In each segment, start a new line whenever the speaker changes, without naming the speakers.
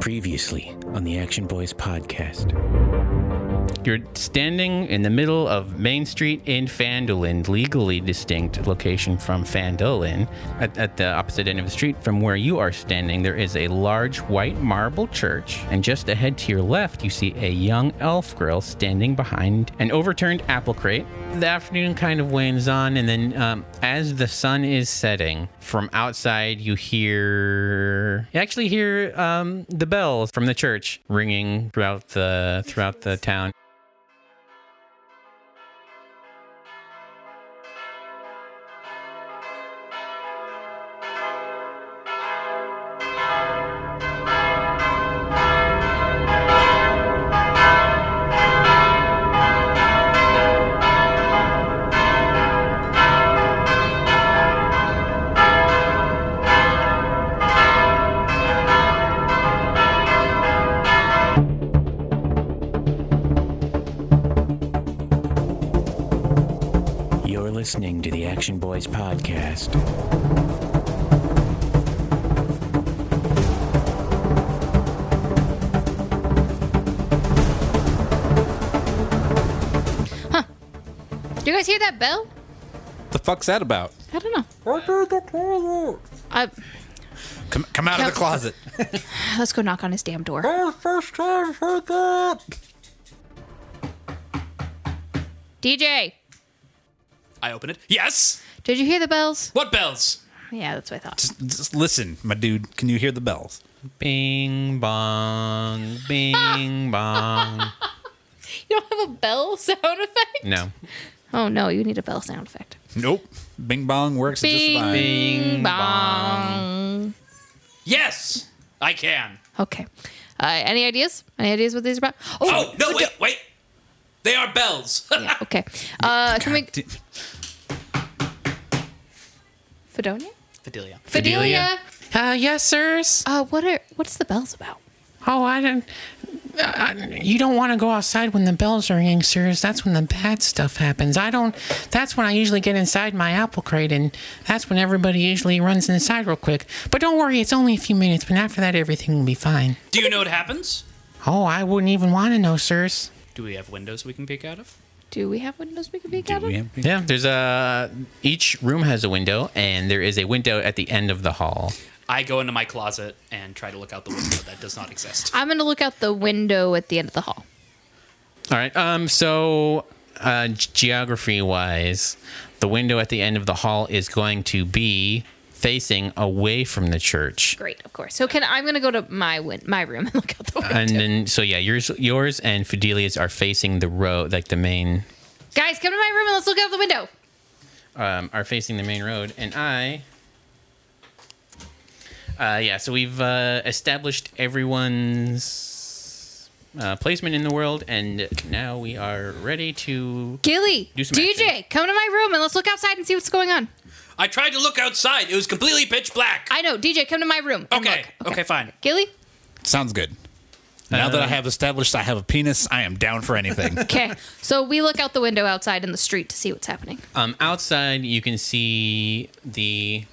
Previously on the Action Boys podcast.
You're standing in the middle of Main Street in Fandolin, legally distinct location from Fandolin. At, at the opposite end of the street from where you are standing, there is a large white marble church, and just ahead to your left, you see a young elf girl standing behind an overturned apple crate. The afternoon kind of wanes on, and then um, as the sun is setting, from outside you hear you actually hear um, the bells from the church ringing throughout the throughout the town.
You're listening to the Action Boys podcast.
Do you guys hear that bell?
The fuck's that about?
I don't know. Uh,
Come, come out of the
Come-
closet.
let's go knock on his damn door.
first time I've heard that.
DJ,
I open it. Yes.
did you hear the bells?
What bells?
Yeah, that's what I thought.
Just, just listen, my dude. Can you hear the bells?
Bing bong, bing bong.
You don't have a bell sound effect?
No.
Oh no, you need a bell sound effect.
Nope. Bing bong works
Bing.
just fine.
Bing
Bong.
Yes, I can.
Okay. Uh, any ideas? Any ideas what these are about?
Oh, no, wait, wait. They are bells.
Oh, yeah, okay. Uh, can we?
D-
Fidonia?
Fidelia.
Fidelia.
Uh, yes, sirs.
Uh, what are? What's the bells about?
Oh, I don't. Uh, you don't want to go outside when the bells are ringing, sirs. That's when the bad stuff happens. I don't. That's when I usually get inside my apple crate, and that's when everybody usually runs inside real quick. But don't worry, it's only a few minutes. But after that, everything will be fine.
Do you know what happens?
Oh, I wouldn't even want to know, sirs.
Do we have windows we can peek out of?
Do we have windows we can peek out
Do
of?
we have-
Yeah, there's a. Each room has a window, and there is a window at the end of the hall.
I go into my closet and try to look out the window that does not exist.
I'm gonna look out the window at the end of the hall.
All right. Um. So, uh, geography wise, the window at the end of the hall is going to be facing away from the church,
Great, of course. So can I'm gonna go to my win- my room and look out the window.
and then so yeah, yours, yours, and Fidelia's are facing the road, like the main,
Guys, come to my room and let's look out the window.
um, are facing the main road, and I. Uh, yeah, so we've uh, established everyone's uh, placement in the world, and now we are ready to
Gilly,
Do some
DJ,
action.
come to my room and let's look outside and see what's going on.
I tried to look outside. It was completely pitch black.
I know, DJ, come to my room. and
okay.
look.
okay, fine.
Gilly?
Sounds good. Now that I have established I have a penis, I am down for anything.
Okay. so we look out the window outside in the street to see what's happening.
Um, outside, you can see the.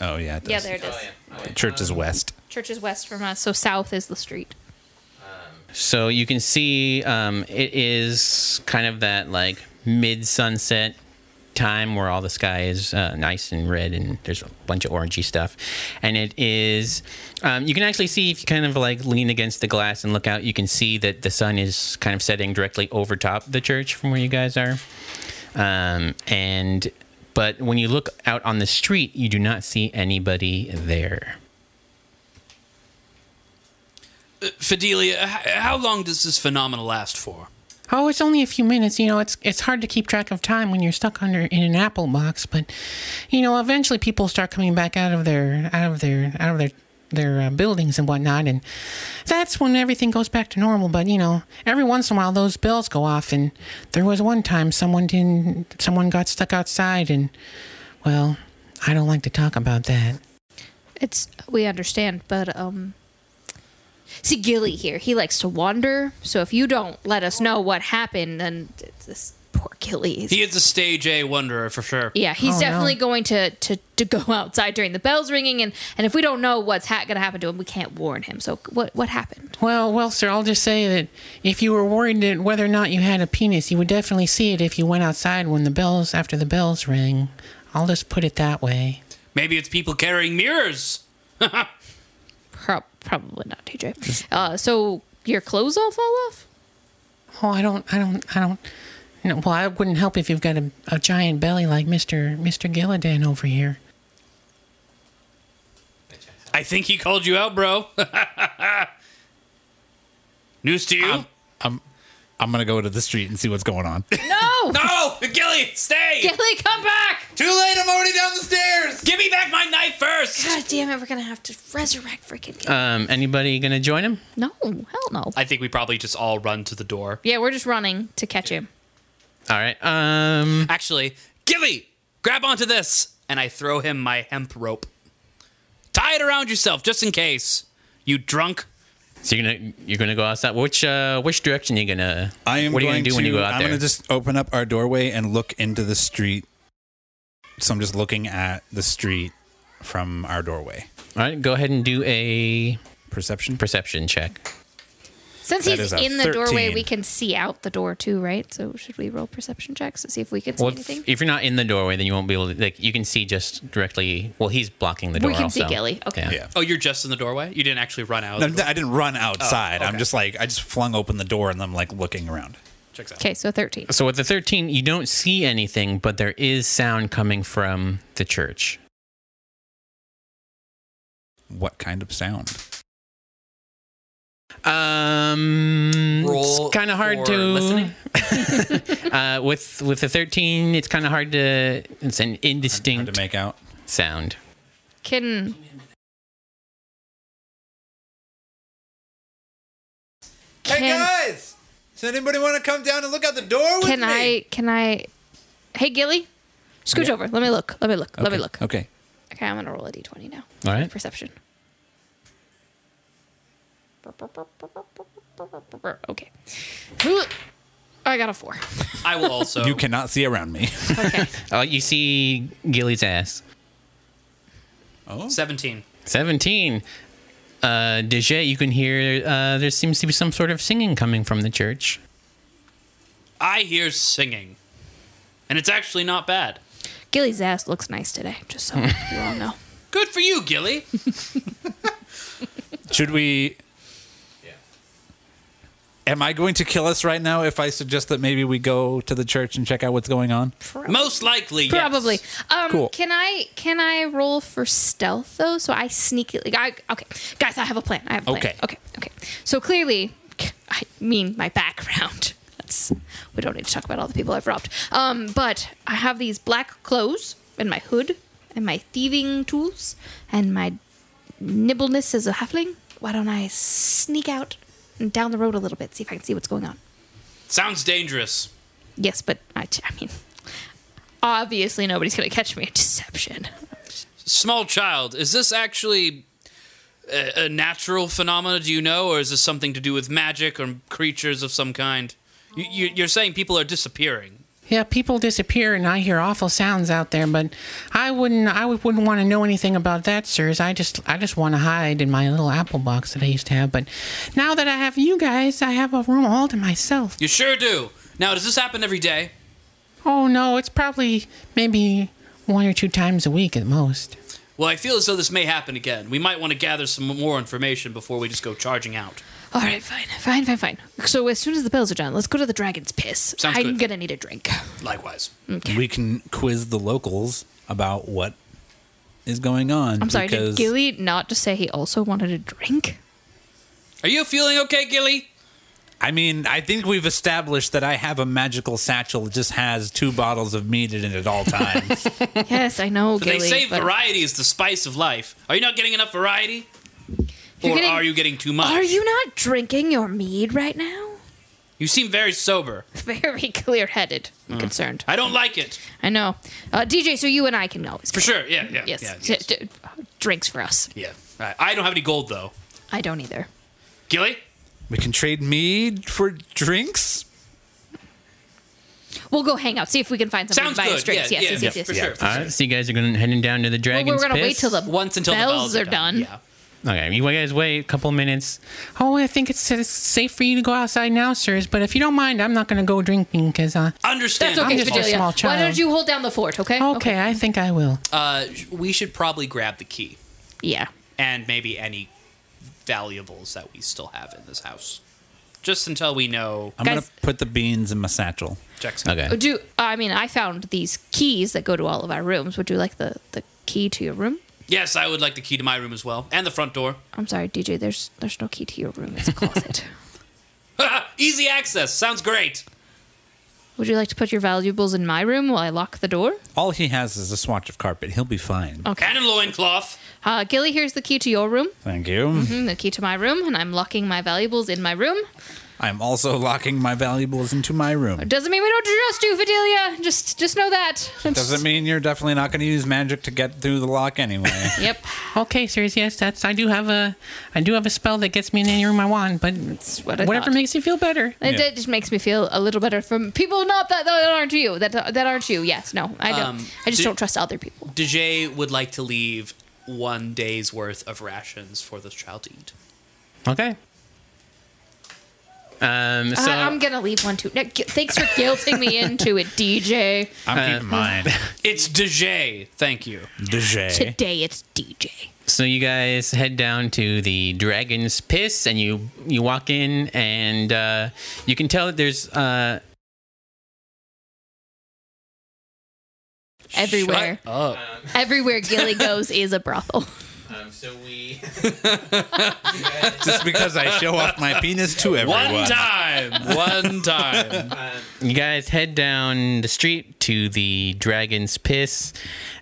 oh yeah. It does.
yeah, there it is.
Church is west.
Church is west from us, so south is the street.
So you can see um, it is kind of that like mid sunset time where all the sky is uh, nice and red and there's a bunch of orangey stuff. And it is, um, you can actually see if you kind of like lean against the glass and look out, you can see that the sun is kind of setting directly over top the church from where you guys are. Um, and, but when you look out on the street, you do not see anybody there.
Uh, Fidelia, h- how long does this phenomenon last for?
Oh, it's only a few minutes. You know, it's it's hard to keep track of time when you're stuck under in an apple box. But you know, eventually people start coming back out of their out of their out of their their uh, buildings and whatnot, and that's when everything goes back to normal. But you know, every once in a while those bells go off, and there was one time someone didn't someone got stuck outside, and well, I don't like to talk about that.
It's we understand, but um See Gilly here, he likes to wander, so if you don't let us know what happened, then this poor Gillies.
He is a stage A wanderer for sure.
yeah, he's definitely going to, to to go outside during the bells ringing, and and if we don't know what's ha- going to happen to him, we can't warn him. So what what happened?
Well, well, sir, I'll just say that if you were worried that whether or not you had a penis, you would definitely see it if you went outside when the bells after the bells ring. I'll just put it that way.
Maybe it's people carrying mirrors.
Pro- probably not, TJ. Uh, so your clothes all fall off.
Oh, I don't, I don't, I don't. No, well, I wouldn't help if you've got a, a giant belly like Mister Mister Gillidan over here.
I think he called you out, bro. News to
Um.
you?
I'm I'm gonna go to the street and see what's going on.
No,
no, Oh, Gilly, stay.
Gilly, come back!
Too late. I'm already down the stairs.
Give me back my knife first.
God damn it, we're gonna have to resurrect freaking. Gilly.
Um, anybody gonna join him?
no, hell no.
I think we probably just all run to the door.
yeah, we're just running to catch him.
All right. Um,
Actually, Gilly, grab onto this, and I throw him my hemp rope. Tie it around yourself just in case. You drunk?
so you're gonna you're gonna go outside. Which uh, which direction are you gonna?
I am.
What are you
going
gonna do
to,
when you go out
I'm
there?
gonna just open up our doorway and look into the street. So I'm just looking at the street from our doorway.
All right, go ahead and do a
Perception.
perception check.
Since
That
he's
is a
in the doorway,
13.
we can see out the door too, right? So should we roll perception checks to see if we can see
Well, if,
anything?
if you're not in the doorway, then you won't be able to. Like, you can see just directly. Well, he's blocking the door.
We can see
also.
Gilly. Okay.
Yeah. Oh,
yeah.
Oh, you're just in the doorway? You didn't actually run out?
No,
of the door?
I didn't run outside. I'm
okay.
just like I just flung open the door and I'm like looking around.
Checks out.
Okay, so thirteen.
So with the 13, you don't see anything, but there is sound coming from the church.
What kind of sound?
Um,
Roll
it's kind of hard
for
to
listening?
uh, with with the 13, it's kind of hard to. It's an
Hard
indistinct
to make out.
sound.
Can Can-
guys, does anybody want to come down and look out the door with
can I can I? Hey, Gilly, scooch over. Let me look. Let me look. Let me look.
Okay.
Okay, I'm gonna roll a d20 now.
All right.
Perception. Okay. I got a four.
I will also.
You cannot see around me.
Okay.
Oh, you see Gilly's ass. Oh.
Oh.
17.
17. Uh, Deje, you can hear uh, there seems to be some sort of singing coming from the church.
I hear singing. And it's actually not bad.
Gilly's ass looks nice today, just so you all know.
Good for you, Gilly.
Should we? Am I going to kill us right now if I suggest that maybe we go to the church and check out what's going on?
Most likely, yes.
Probably. Um,
Cool.
Can I can I roll for stealth though? So I sneak. Like, I, okay, guys, I have a plan. I have a plan.
Okay.
Okay. Okay. So clearly, I mean my background. That's we don't need to talk about all the people I've robbed. Um, but I have these black clothes and my hood and my thieving tools and my nibbleness as a halfling. Why don't I sneak out and down the road a little bit, see if I can see what's going on?
Sounds dangerous.
Yes, but I, I mean, obviously nobody's going to catch me in deception.
Small child, is this actually a, a natural phenomena? Do you know, or is this something to do with magic or creatures of some kind? You, you, you're saying people are disappearing.
Yeah, people disappear, and I hear awful sounds out there. But I wouldn't, I would- wouldn't want to know anything about that, sirs. I just, I just want to hide in my little apple box that I used to have. But now that I have you guys, I have a room all to myself.
You sure do. Now, does this happen every day?
Oh no, it's probably maybe one or two times a week at most.
Well, I feel as though this may happen again. We might want to gather some more information before we just go charging out.
All right, fine, fine, fine, fine. So as soon as the bells are done, let's go to the dragon's piss.
Sounds
I'm
good.
gonna need a drink.
Likewise.
Mm.
We can quiz the locals about what is going on.
I'm sorry,
because
did Gilly not just say he also wanted a drink?
Are you feeling okay, Gilly?
I mean, I think we've established that I have a magical satchel that just has two bottles of mead in it at all times.
yes, I know,
But
Gilly.
they say
but-
variety is the spice of life. Are you not getting enough variety?
You're
or
getting-
are you getting too much?
Are you not drinking your mead right now?
You seem very sober.
Very clear-headed, and
Mm.
concerned.
I don't like it.
I know, uh, DJ. So you and I can always
For sure. Yeah, yeah.
Yes,
Yeah. Yes.
D- d- drinks for us.
yeah. All right. I don't have any gold, though.
I don't either.
Gilly?
we can trade mead for drinks.
We'll go hang out, see if we can find something
Sounds
to buy
good.
us drinks.
yeah,
yes,
yeah,
yes, yes, yes,
for
yes.
sure. for
All
sure.
right, so you guys are going heading down to the dragon's
Well, we're gonna
Piss?
wait till the
Once until
bells,
the bells
are done.
Yeah.
Okay, you guys wait a couple minutes. Oh, I think it's it's safe for you to go outside now, sirs. But if you don't mind, I'm not going to go drinking because uh,
Understand.
That's okay,
just a
Fidelia.
small
Why
child.
don't you hold down the fort, okay?
okay, I think I will.
Uh, we should probably grab the key
Yeah.
and maybe any valuables that we still have in this house, just until we know.
I'm
Guys-
gonna put the beans in my satchel.
Jackson.
Um, Okay.
Do I mean I found these keys that go to all of our rooms. Would you like the the key to your room?
Yes, I would like the key to my room as well, and the front door.
I'm sorry, DJ. There's there's no key to your room. It's a closet.
Easy access. Sounds great.
Would you like to put your valuables in my room while I lock the door?
All he has is a swatch of carpet. He'll be fine.
Okay.
And a loincloth.
Uh, Gilly, here's the key to your room,
Thank you.
and the key to my room, and I'm locking my valuables in my room.
I'm also locking my valuables into my room.
Doesn't mean we don't trust you, Fidelia. Just just know that.
Doesn't mean you're definitely not going to use magic to get through the lock anyway.
Yep.
Okay, sirs. Yes, that's. I do have a, I do have a spell that gets me in any room I want, but
what I
whatever
thought.
makes you feel better.
It,
Yeah.
it just makes me feel a little better from people not that, that aren't you that that aren't you. Yes, no, I don't.
Um,
I just
do-
don't trust other people.
DJ would like to leave one day's worth of rations for this child to eat.
Okay. Um. So
I, I'm gonna leave one too. No, g- Thanks for guilting me into it, DJ.
I'm keeping mine.
It's DJ. Thank you.
DJ.
Today it's DJ.
So you guys head down to the Dragon's Piss, and you you walk in, and uh, you can tell that there's uh,
Everywhere,
Shut up.
everywhere Gilly goes is a brothel.
um. So we.
Just because I show off my penis to everyone.
One time. One time.
You guys head down the street to the Dragon's Piss,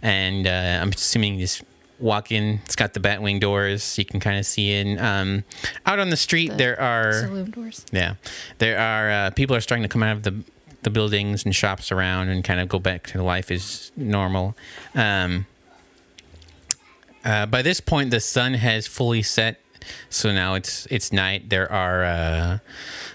and uh, I'm assuming you just walk in. It's got the Batwing doors. You can kind of see in. Um, out on the street, there are.
Saloon doors.
Yeah, there are uh, people are starting to come out of the the buildings and shops around and kind of go back to life as normal. Um, uh, by this point, the sun has fully set, so now it's it's night. There are uh,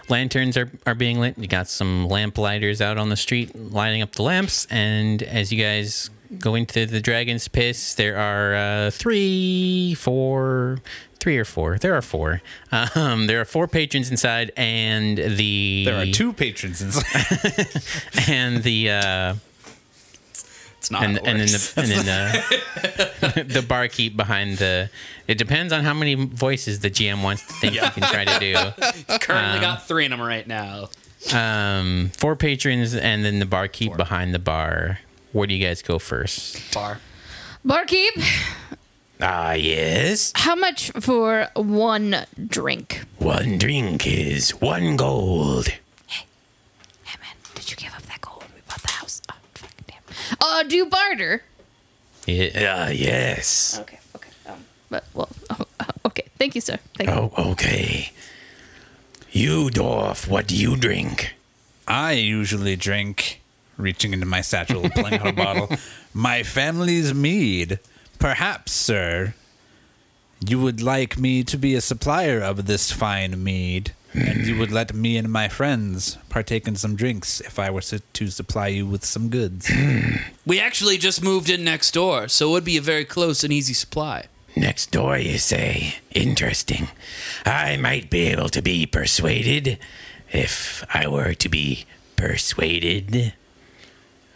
lanterns are are being lit. You got some lamp lighters out on the street lighting up the lamps, and as you guys. Go into the dragon's piss. There are uh, three, four, three or four. There are four. Um, there are four patrons inside, and the
There are two patrons inside.
and the uh,
It's not.
and
how it
and then
works.
the and then the, the barkeep behind the. It depends on how many voices the GM wants to think you can try to do. uh,
currently got three in them right now.
Um, four patrons and then the barkeep behind the bar. Where do you guys go first?
Bar.
Barkeep,
Ah, yes.
how much for one drink?
One drink is one gold.
Hey man, did you give up that gold? We bought the house. Oh fuck, damn. Uh, do you barter?
Yeah, Ah, yes.
Okay, okay. Um, but well, oh, okay. Thank you, sir. Thank you.
Oh, okay. You, Dorf, what do you drink?
I usually drink, reaching into my satchel, pulling out a bottle, my family's mead. Perhaps, sir, you would like me to be a supplier of this fine mead, and you would let me and my friends partake in some drinks if I were to- to supply you with some goods.
We actually just moved in next door, so it would be a very close and easy supply.
Next door, you say? Interesting. I might be able to be persuaded if I were to be persuaded.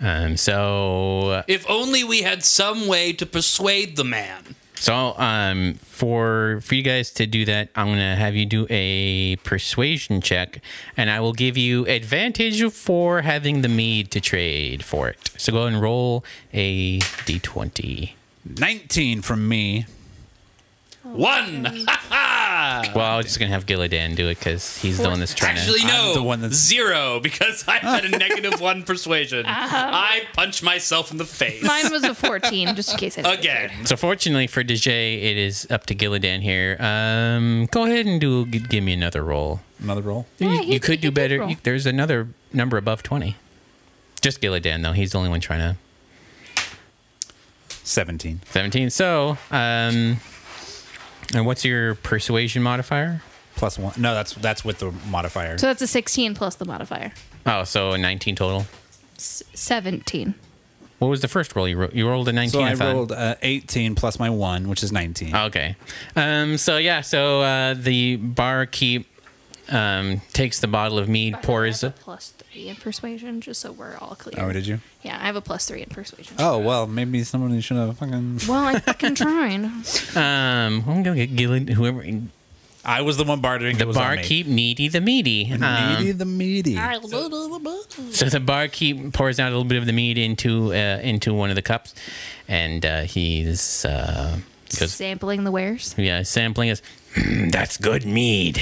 Um, so,
If only we had some way to persuade the man.
so um, for for you guys to do that, I'm gonna have you do a persuasion check, and I will give you advantage for having the mead to trade for it. So go and roll a d20.
19 from me.
One.
Well, I was just gonna have Gillidan do it because he's the one that's trying to.
Actually, no.
I'm the one that's-
Zero, because I had a negative one persuasion. I punched myself in the face.
Mine was a fourteen, just in case I didn't
Again.
So fortunately for DJ, it is up to Gillidan here. Um, go ahead and do g- give me another roll.
Another roll.
Yeah,
you
he
you
did-
could
he
do
did
better.
roll.
You- there's another number above twenty. Just Gillidan though; he's the only one trying to
17.
seventeen. So, um, and what's your persuasion modifier?
Plus one. No, that's that's with the modifier.
So that's a sixteen plus the modifier.
Oh, so nineteen total.
S- 17.
What was the first roll you rolled? You rolled a 19,
So I
thought.
rolled uh, 18 plus my 1, which is 19.
Okay. Um, so yeah, so uh, the barkeep um, takes the bottle of mead, pours.
I have a plus 3 in persuasion, just so we're all clear.
oh, did you?
Yeah, I have a plus 3 in persuasion.
Oh, well, maybe someone should have fucking.
Well, I fucking tried.
Um, I'm gonna get Gillen, whoever
I was the one bartering.
the
it was on me.
barkeep, needy the meaty. Um,
Meaty the meaty.
So the barkeep pours out a little bit of the mead into uh, into one of the cups, and uh, he's uh, goes,
Sampling the wares.
yeah, sampling is. "Mm, that's good mead.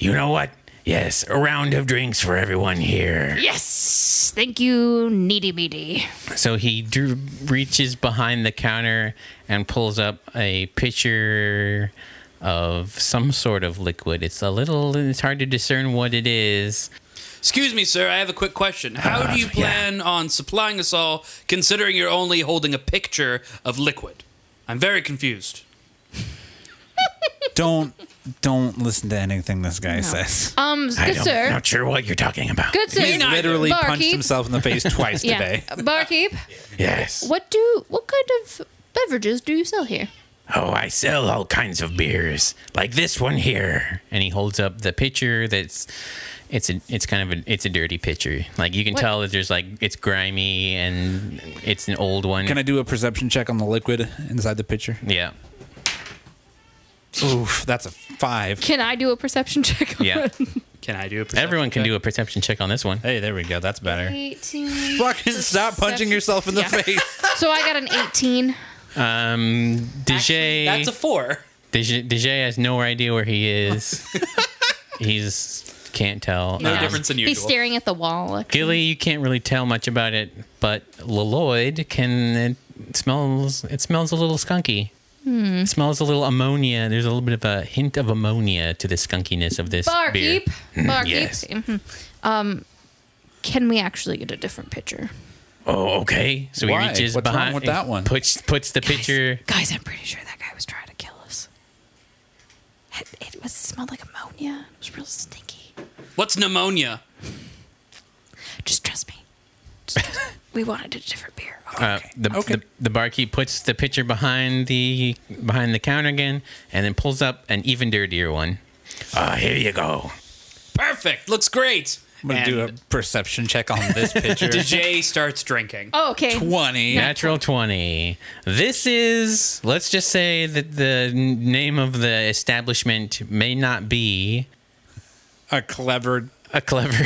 You know what? Yes, a round of drinks for everyone here.
Yes! Thank you, needy meaty.
So he drew, reaches behind the counter and pulls up a pitcher of some sort of liquid. It's a little, it's hard to discern what it is.
Excuse me, sir. I have a quick question. How do you
Uh, yeah.
plan on supplying us all, considering you're only holding a picture of liquid? I'm very confused.
don't don't listen to anything this guy says.
Um, good
don't-
sir.
Not sure what you're talking about.
Good sir.
He's neither.
Literally punched
Barkeep.
himself in the face twice
Yeah.
today.
Barkeep,
Yes.
what do what kind of beverages do you sell here?
Oh, I sell all kinds of beers, like this one here. And he holds up the pitcher. That's it's a it's kind of a it's a dirty pitcher. Like you can
What?
tell that there's like it's grimy and it's an old one.
Can I do a perception check on the liquid inside the pitcher?
yeah.
Oof, that's a five.
Can I do a perception check? on
Yeah.
it?
Can I do a perception
Everyone can
check?
do a perception check on this one.
Hey, there we go. That's better.
18.
Fucking stop punching
Perception-
yourself in the
Yeah.
face.
So I got an 18.
Um, DJ,
That's a four.
DJ, DJ has no idea where he is. He's can't tell.
No
Um,
difference than usual.
He's staring at the wall.
Gilly, you can't really tell much about it, but Lloyd can. It smells. It smells a little skunky.
Hmm.
It smells a little ammonia. There's a little bit of a hint of ammonia to the skunkiness of this beer.
Barkeep. Barkeep.
yes.
Mhm. Um, can we actually get a different picture?
Oh, okay. So he
Why?
reaches
What's wrong
behind
with that one?
Puts puts the pitcher.
Guys, I'm pretty sure that guy was trying to kill us. It, it was smelled like ammonia. It was real stinky.
What's pneumonia?
Just trust me. Just trust me. we wanted a different beer. Okay.
Uh, the,
Okay.
the the barkeep puts the pitcher behind the behind the counter again, and then pulls up an even dirtier one. Ah, here you go.
Perfect. Looks great.
I'm gonna do a perception check on this pitcher.
DJ starts drinking.
oh, okay.
Twenty.
Natural 20. This is, let's just say that the n- name of the establishment may not be
A clever.
a clever.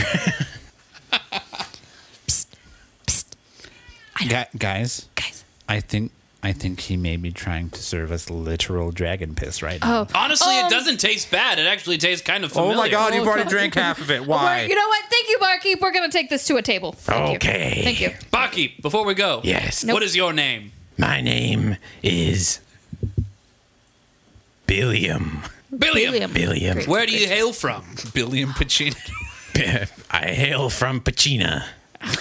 Gu- guys,
Guys.
I think I think he may be trying to serve us literal dragon piss right now.
Oh.
Honestly,
Um,
it doesn't taste bad. It actually tastes kind
Oh
of familiar.
you've already drank half of it.
We're- You know what? Thank you, barkeep. We're gonna take this to a table. Thank you.
Okay.
Thank you.
Baki, before we go.
Yes.
What is your name?
My name is Billiam.
Billiam.
William.
Billiam.
Where do you hail from?
Billiam Pacino.
I hail from Pachina.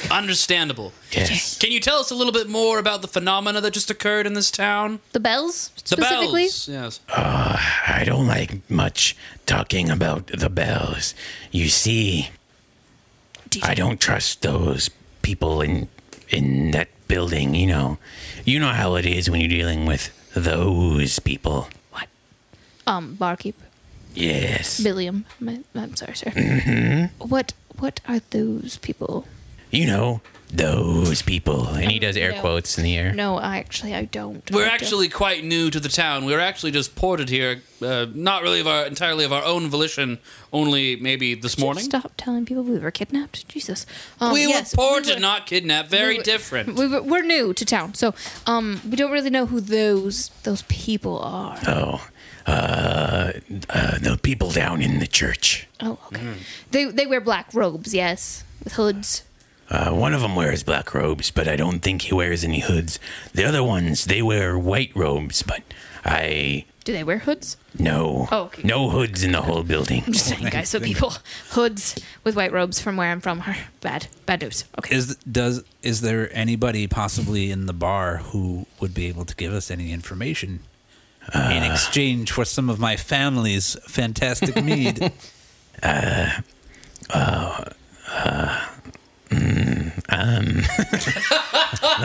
Understandable.
Yes.
Can you tell us a little bit more about the phenomena that just occurred in this town?
The bells
The
specifically.
bells. Yes.
I don't like much talking about the bells. You see, I don't trust those people in in that building, you know. You know how it is when you're dealing with those people.
Um, barkeep.
Yes.
William. My, I'm sorry, sir. What What are those people?
You know, those people. And he does air
No.
quotes in the air.
No, I actually I don't.
We're
I don't.
actually quite new to the town. We were actually just ported here, uh, not really of our entirely of our own volition, only maybe this
Just
morning.
Stop telling people we were kidnapped. Jesus. Um,
we
yes,
were ported,
were-
not kidnapped. Very
we were-
different.
We were, we're new to town, so um, we don't really know who those those people are.
Oh. Uh, uh
Mm-hmm.
the people down in the church.
Oh, okay. They they wear black robes, yes, with hoods.
Uh, one of them wears black robes, but I don't think he wears any hoods. The other ones, they wear white robes, but I
Do they wear hoods?
no
Oh, okay.
no hoods in the whole building.
I'm just saying, guys. So people, hoods with white robes from where I'm from are bad, bad news. Okay.
Is does is there anybody possibly in the bar who would be able to give us any information uh, in exchange for some of my family's fantastic mead?
Let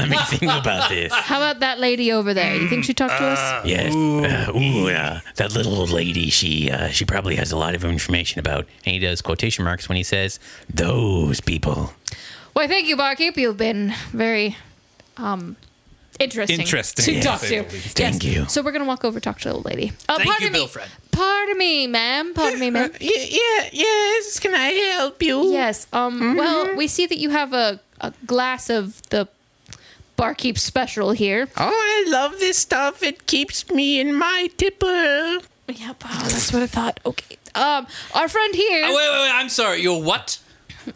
me think about this.
How about that lady over there? You think she talked to us?
Yes. Ooh, uh, ooh uh, that little old lady. She uh, she probably has a lot of information about. And he does quotation marks when he says those people.
Why, thank you, barkeep. You've been very um interesting,
Interesting,
to
yes.
talk to.
Thank you.
So we're gonna walk over talk to the old lady. Uh,
Thank
pardon
you,
me.
Bilfred.
Pardon me, ma'am. Pardon me, ma'am.
Yeah, yeah, yes. Can I help you?
Yes. Um.
Mm-hmm.
Well, we see that you have a, a glass of the barkeep special here.
Oh, I love this stuff. It keeps me in my tipper.
Yep. Oh, that's what I thought. Okay. Um. Our friend here.
Uh, wait, wait, wait. I'm sorry. You're what?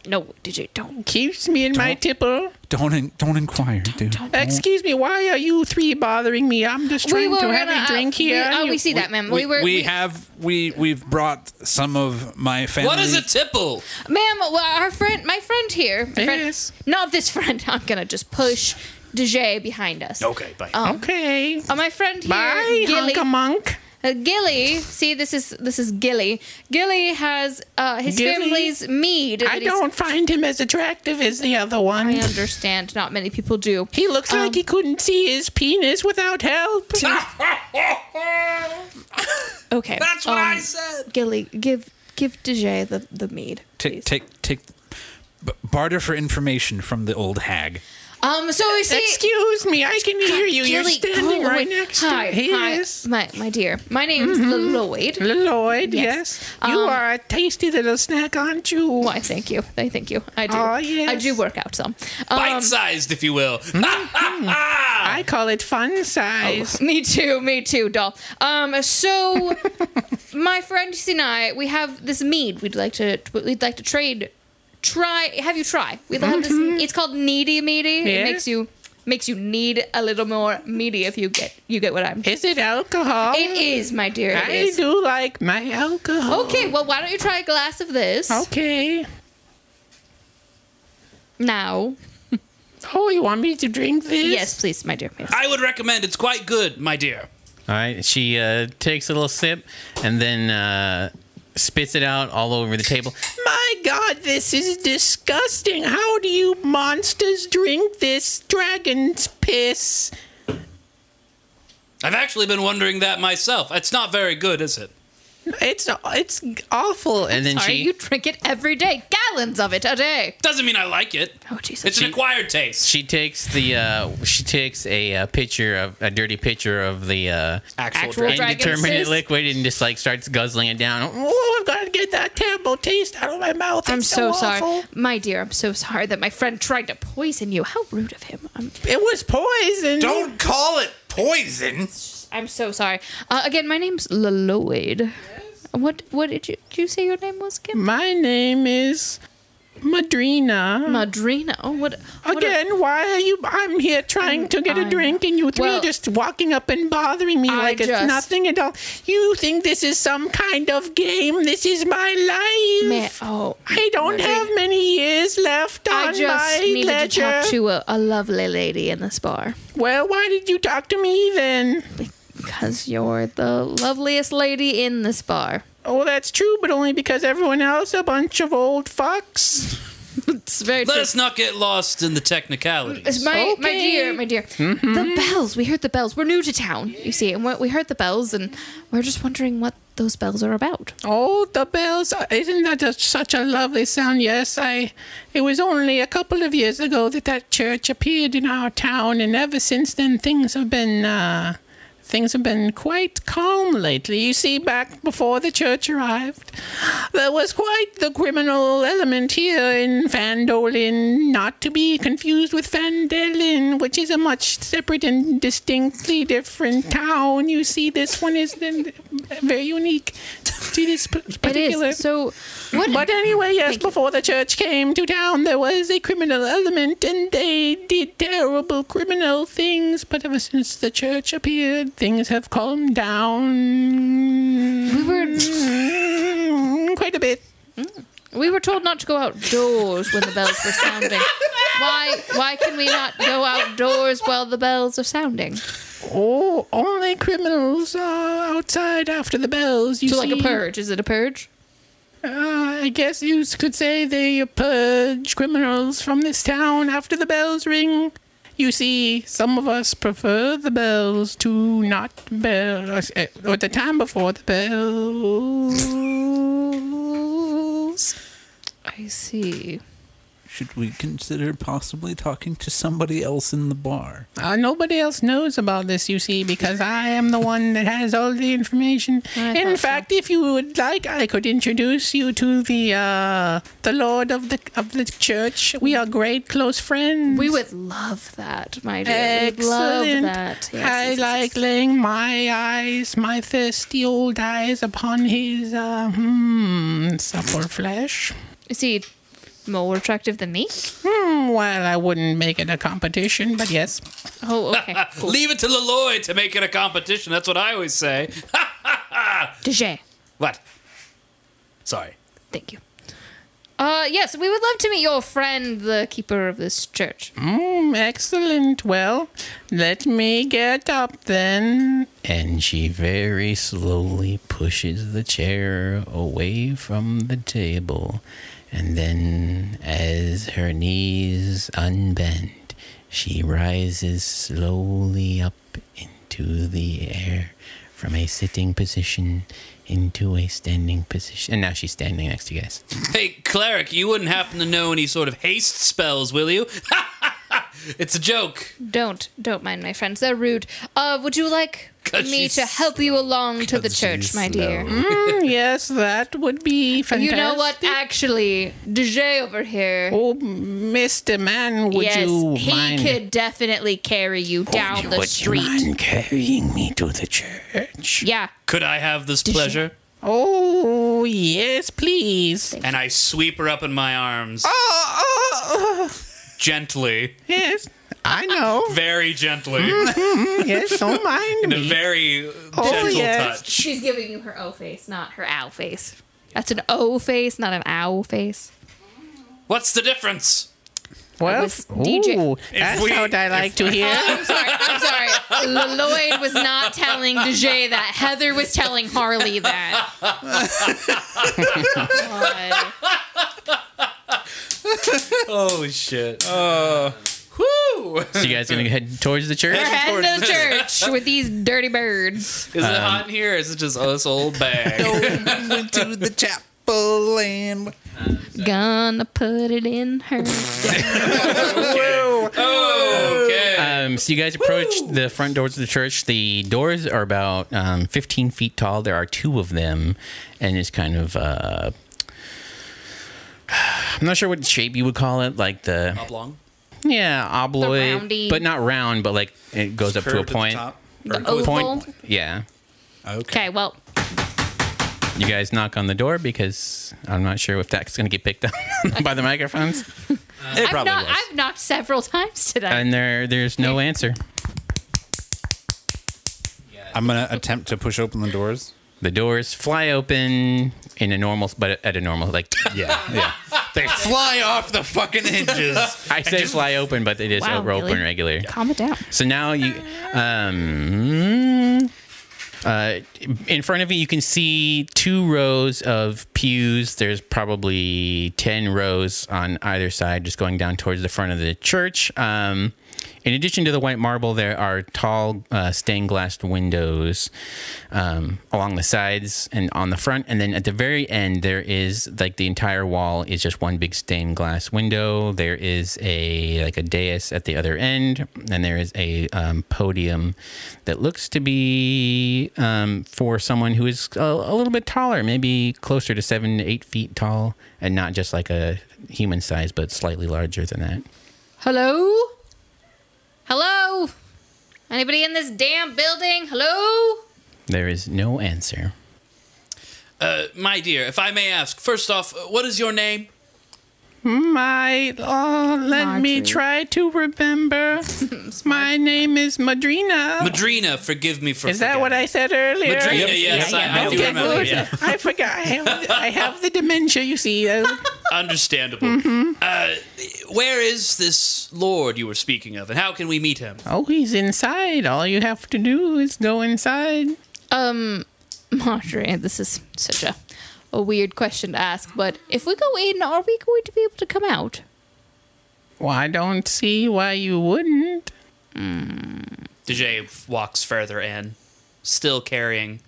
no, did you don't?
Keeps me in my tipper.
Don't in, don't inquire, dude.
Excuse me, why are you three bothering me? I'm just trying to have
gonna,
a drink
uh,
here.
We, oh,
You-
we see that, ma'am. We, were.
we
we-
have we we've brought some of my family.
What is a tipple?
Ma'am, well, our friend, my friend here. my friend-
Yes.
not this friend. I'm gonna just push DeJ behind us.
Okay, bye.
okay.
Uh, my friend here,
Bye,
Gilly.
Honka Monk.
Uh, Gilly, see this is this is Gilly. Gilly has uh, his
Gilly?
family's mead.
I
that he's-
don't find him as attractive as the other one.
I understand. Not many people do.
He looks
Um,
like he couldn't see his penis without help.
Okay,
That's what I
um,
said.
Gilly, give give DJ the the mead.
Take
please.
take take b- barter for information from the old hag.
Um, so we see.
Excuse me, I can hear you. You're
Gilly,
standing
oh,
right
wait.
next
hi,
to his.
Hi, my my dear. My name is
Mm-hmm.
Lloyd.
Lloyd,
Yes.
yes. You
Um,
are a tasty little snack, aren't you?
Why, thank you. I thank you. I do.
Aw, Ah, yes.
I do work out some.
Bite
Um,
sized, if you will.
Mm-hmm.
I call it fun size.
me too. Me too, doll. Um, so my friend and I, we have this mead. We'd like to. We'd like to trade. Try. Have you try? We have this.
Mm-hmm.
It's called needy meaty. It
Yes.
makes you makes you need a little more meaty if you get you get what I'm.
Is it alcohol?
Oh. It is, my dear. It
I
is.
do like my alcohol.
Okay. Well, why don't you try a glass of this
Oh. Okay.
now?
Oh, you want me to drink this?
Yes, please, my dear. Yes.
I would recommend it's quite good, my dear.
All right. She uh, takes a little sip and then uh, spits it out all over the table. My God, this is disgusting. How do you monsters drink this dragon's piss?
I've actually been wondering that myself. It's not very good, is it?
It's it's awful. and then
Sorry,
she
you drink it every day, gallons of it a day.
Doesn't mean I like it.
Oh Jesus!
It's an acquired taste.
she takes the uh, she takes a uh, picture of a dirty picture of the uh,
Actual,
Actual
drink.
drink.
indeterminate
piss?
liquid and just like starts guzzling it down. Oh, I've got to get that terrible taste out of my mouth.
I'm
It's
so,
awful.
sorry. My dear, I'm so sorry that my friend tried to poison you. How rude of him. I'm,
It was poison.
Don't call it poison.
I'm so sorry. Uh, again, my name's Lloyd. What what did you did you say your name was again?
My name is Madrina.
Madrina. Oh, what what a-
Again, why are you? I'm here trying to get a
I-
drink, and you three
well-
are just walking up and bothering me
I
like it's
just-
nothing at all. You think this is some kind of game? This is my life.
man, oh,
I don't
Madrina.
have many years left on
I just
my
needed
ledger.
to talk to a, a lovely lady in this bar
well, why did you talk to me then?
because you're the loveliest lady in this bar.
Oh, that's true, but only because everyone else a bunch of old fucks.
It's very
Let
true.
us not get lost in the
It's
technicalities.
my my
Okay.
dear, my dear. The bells. We heard the bells. We're new to town, you see, and we we heard the bells, and we're just wondering what those bells are about.
Oh, the bells! Isn't that just such a lovely sound? Yes, I. It was only a couple of years ago that that church appeared in our town, and ever since then things have been. Uh, Things have been quite calm lately. You see, back before the church arrived, there was quite the criminal element here in Fandolin, not to be confused with Fandelin, which is a much separate and distinctly different town. You see, this one is then very unique to this p-
It
particular.
is so. What?
But anyway, yes,
Thank you.
before the church came to town, there was a criminal element, and they did terrible criminal things. But ever since the church appeared, things have calmed down.
We were
Mm, quite a bit.
we were told not to go outdoors when the bells were sounding. Why why can we not go outdoors while the bells are sounding?
Oh, only criminals are outside after the bells. You
So like
see.
a purge. Is it a purge?
Uh, I guess you could say they purge criminals from this town after the bells ring. You see, some of us prefer the bells to not bells, or the time before the bells.
I see.
Should we consider possibly talking to somebody else in the bar?
Uh, nobody else knows about this, you see, because I am the one that has all the information.
I
in
thought so.
fact, if you would like, I could introduce you to the uh, the Lord of the of the church. We are great close friends.
We would love that, my dear. We'd love
Excellent.
that. Yes,
I
yes, yes,
like
yes.
laying my eyes, my thirsty old eyes, upon his uh, hmm, supple flesh.
Is he more attractive than me?
Hmm, well, I wouldn't make it a competition, but yes.
Oh, okay. Cool.
Leave it to Leloy to make it a competition. That's what I always say.
Dejay.
What? Sorry.
Thank you. Uh, yes, we would love to meet your friend, the keeper of this church.
Hmm, excellent. Well, let me get up then. And she very slowly pushes the chair away from the table. And then, as her knees unbend, she rises slowly up into the air from a sitting position into a standing position. And now she's standing next to you guys.
Hey, cleric, you wouldn't happen to know any sort of haste spells, will you? it's a joke.
Don't, don't mind my friends. They're rude. Uh, would you like
'Cause
me
she's
to help you along to the church, my dear?
Hmm, yes, that would be fantastic.
You know what? Actually, Dejay over here.
Oh, Mr. Man, would
yes,
you
he
mind?
could definitely carry you down the
Would you
street.
mind carrying me to the church?
Yeah.
Could I have this pleasure?
Oh, yes, please.
And I sweep her up in my arms
Oh, oh, oh,
gently,
yes, I know.
very gently,
yes, don't mind
in a
me.
very
Oh,
gentle
yes.
touch.
She's giving you her O face, not her ow face. That's an O face, not an owl face.
What's the difference?
well,
was DJ.
ooh,
If
that's
we-
what I like to hear.
I'm sorry. I'm sorry. Lloyd was not telling DeJay that. Heather was telling Harley that. God.
Oh, shit. Uh, whoo!
so you guys gonna head towards the church?
We're heading to the church with these dirty birds.
Is it hot in here? Or is it just us old bag?
Went to the chapel and
Gonna put it in her.
Okay.
Um, so you guys approach the front doors of the church. The doors are about um, 15 feet tall. There are two of them, and it's kind of uh, I'm not sure what shape you would call it, like the
Oblong.
yeah obloid,
roundy-
but not round, but like it goes up to a
curved at the
point.
top.
The
A
oval.
point. Yeah,
Okay.
Okay, well,
you guys knock on the door because I'm not sure if that's going to get picked up by the microphones.
It
I've,
probably
knocked.
was.
I've knocked several times today.
And there, there's no answer.
I'm gonna attempt to push open the doors.
The doors fly open in a normal, but at a normal like.
Yeah, yeah. They fly off the fucking hinges.
I say fly open, but they just
Wow,
over open
really?
regular.
Calm it down.
So now you, um, uh, in front of you, you can see two rows of pews. There's probably ten rows on either side, just going down towards the front of the church. Um, in addition to the white marble, there are tall uh, stained glass windows um, along the sides and on the front, and then at the very end, there is like the entire wall is just one big stained glass window. There is a like a dais at the other end, and there is a um, podium that looks to be um, for someone who is a, a little bit taller, maybe closer to seven to eight feet tall, and not just like a human size, but slightly larger than that.
Hello? Hello? Anybody in this damn building? Hello?
There is no answer.
Uh, my dear, if I may ask, first off, uh, what is your name?
My, oh, let me
Marjorie.
try to remember. My name is Madrina.
Madrina, forgive me for
Oh. is that
forgetting.
what I said earlier?
Madrina, yes, I- I do
okay,
remember,
good.
yeah.
I forgot. I have, I have the dementia, you see. Uh,
Understandable. Uh, where is this lord you were speaking of, and how can we meet him?
oh, he's inside. All you have to do is go inside.
Um, Marjorie, this is such a a weird question to ask, but if we go in, are we going to be able to come out?
Well, I don't see why you wouldn't.
DJ walks further in, still carrying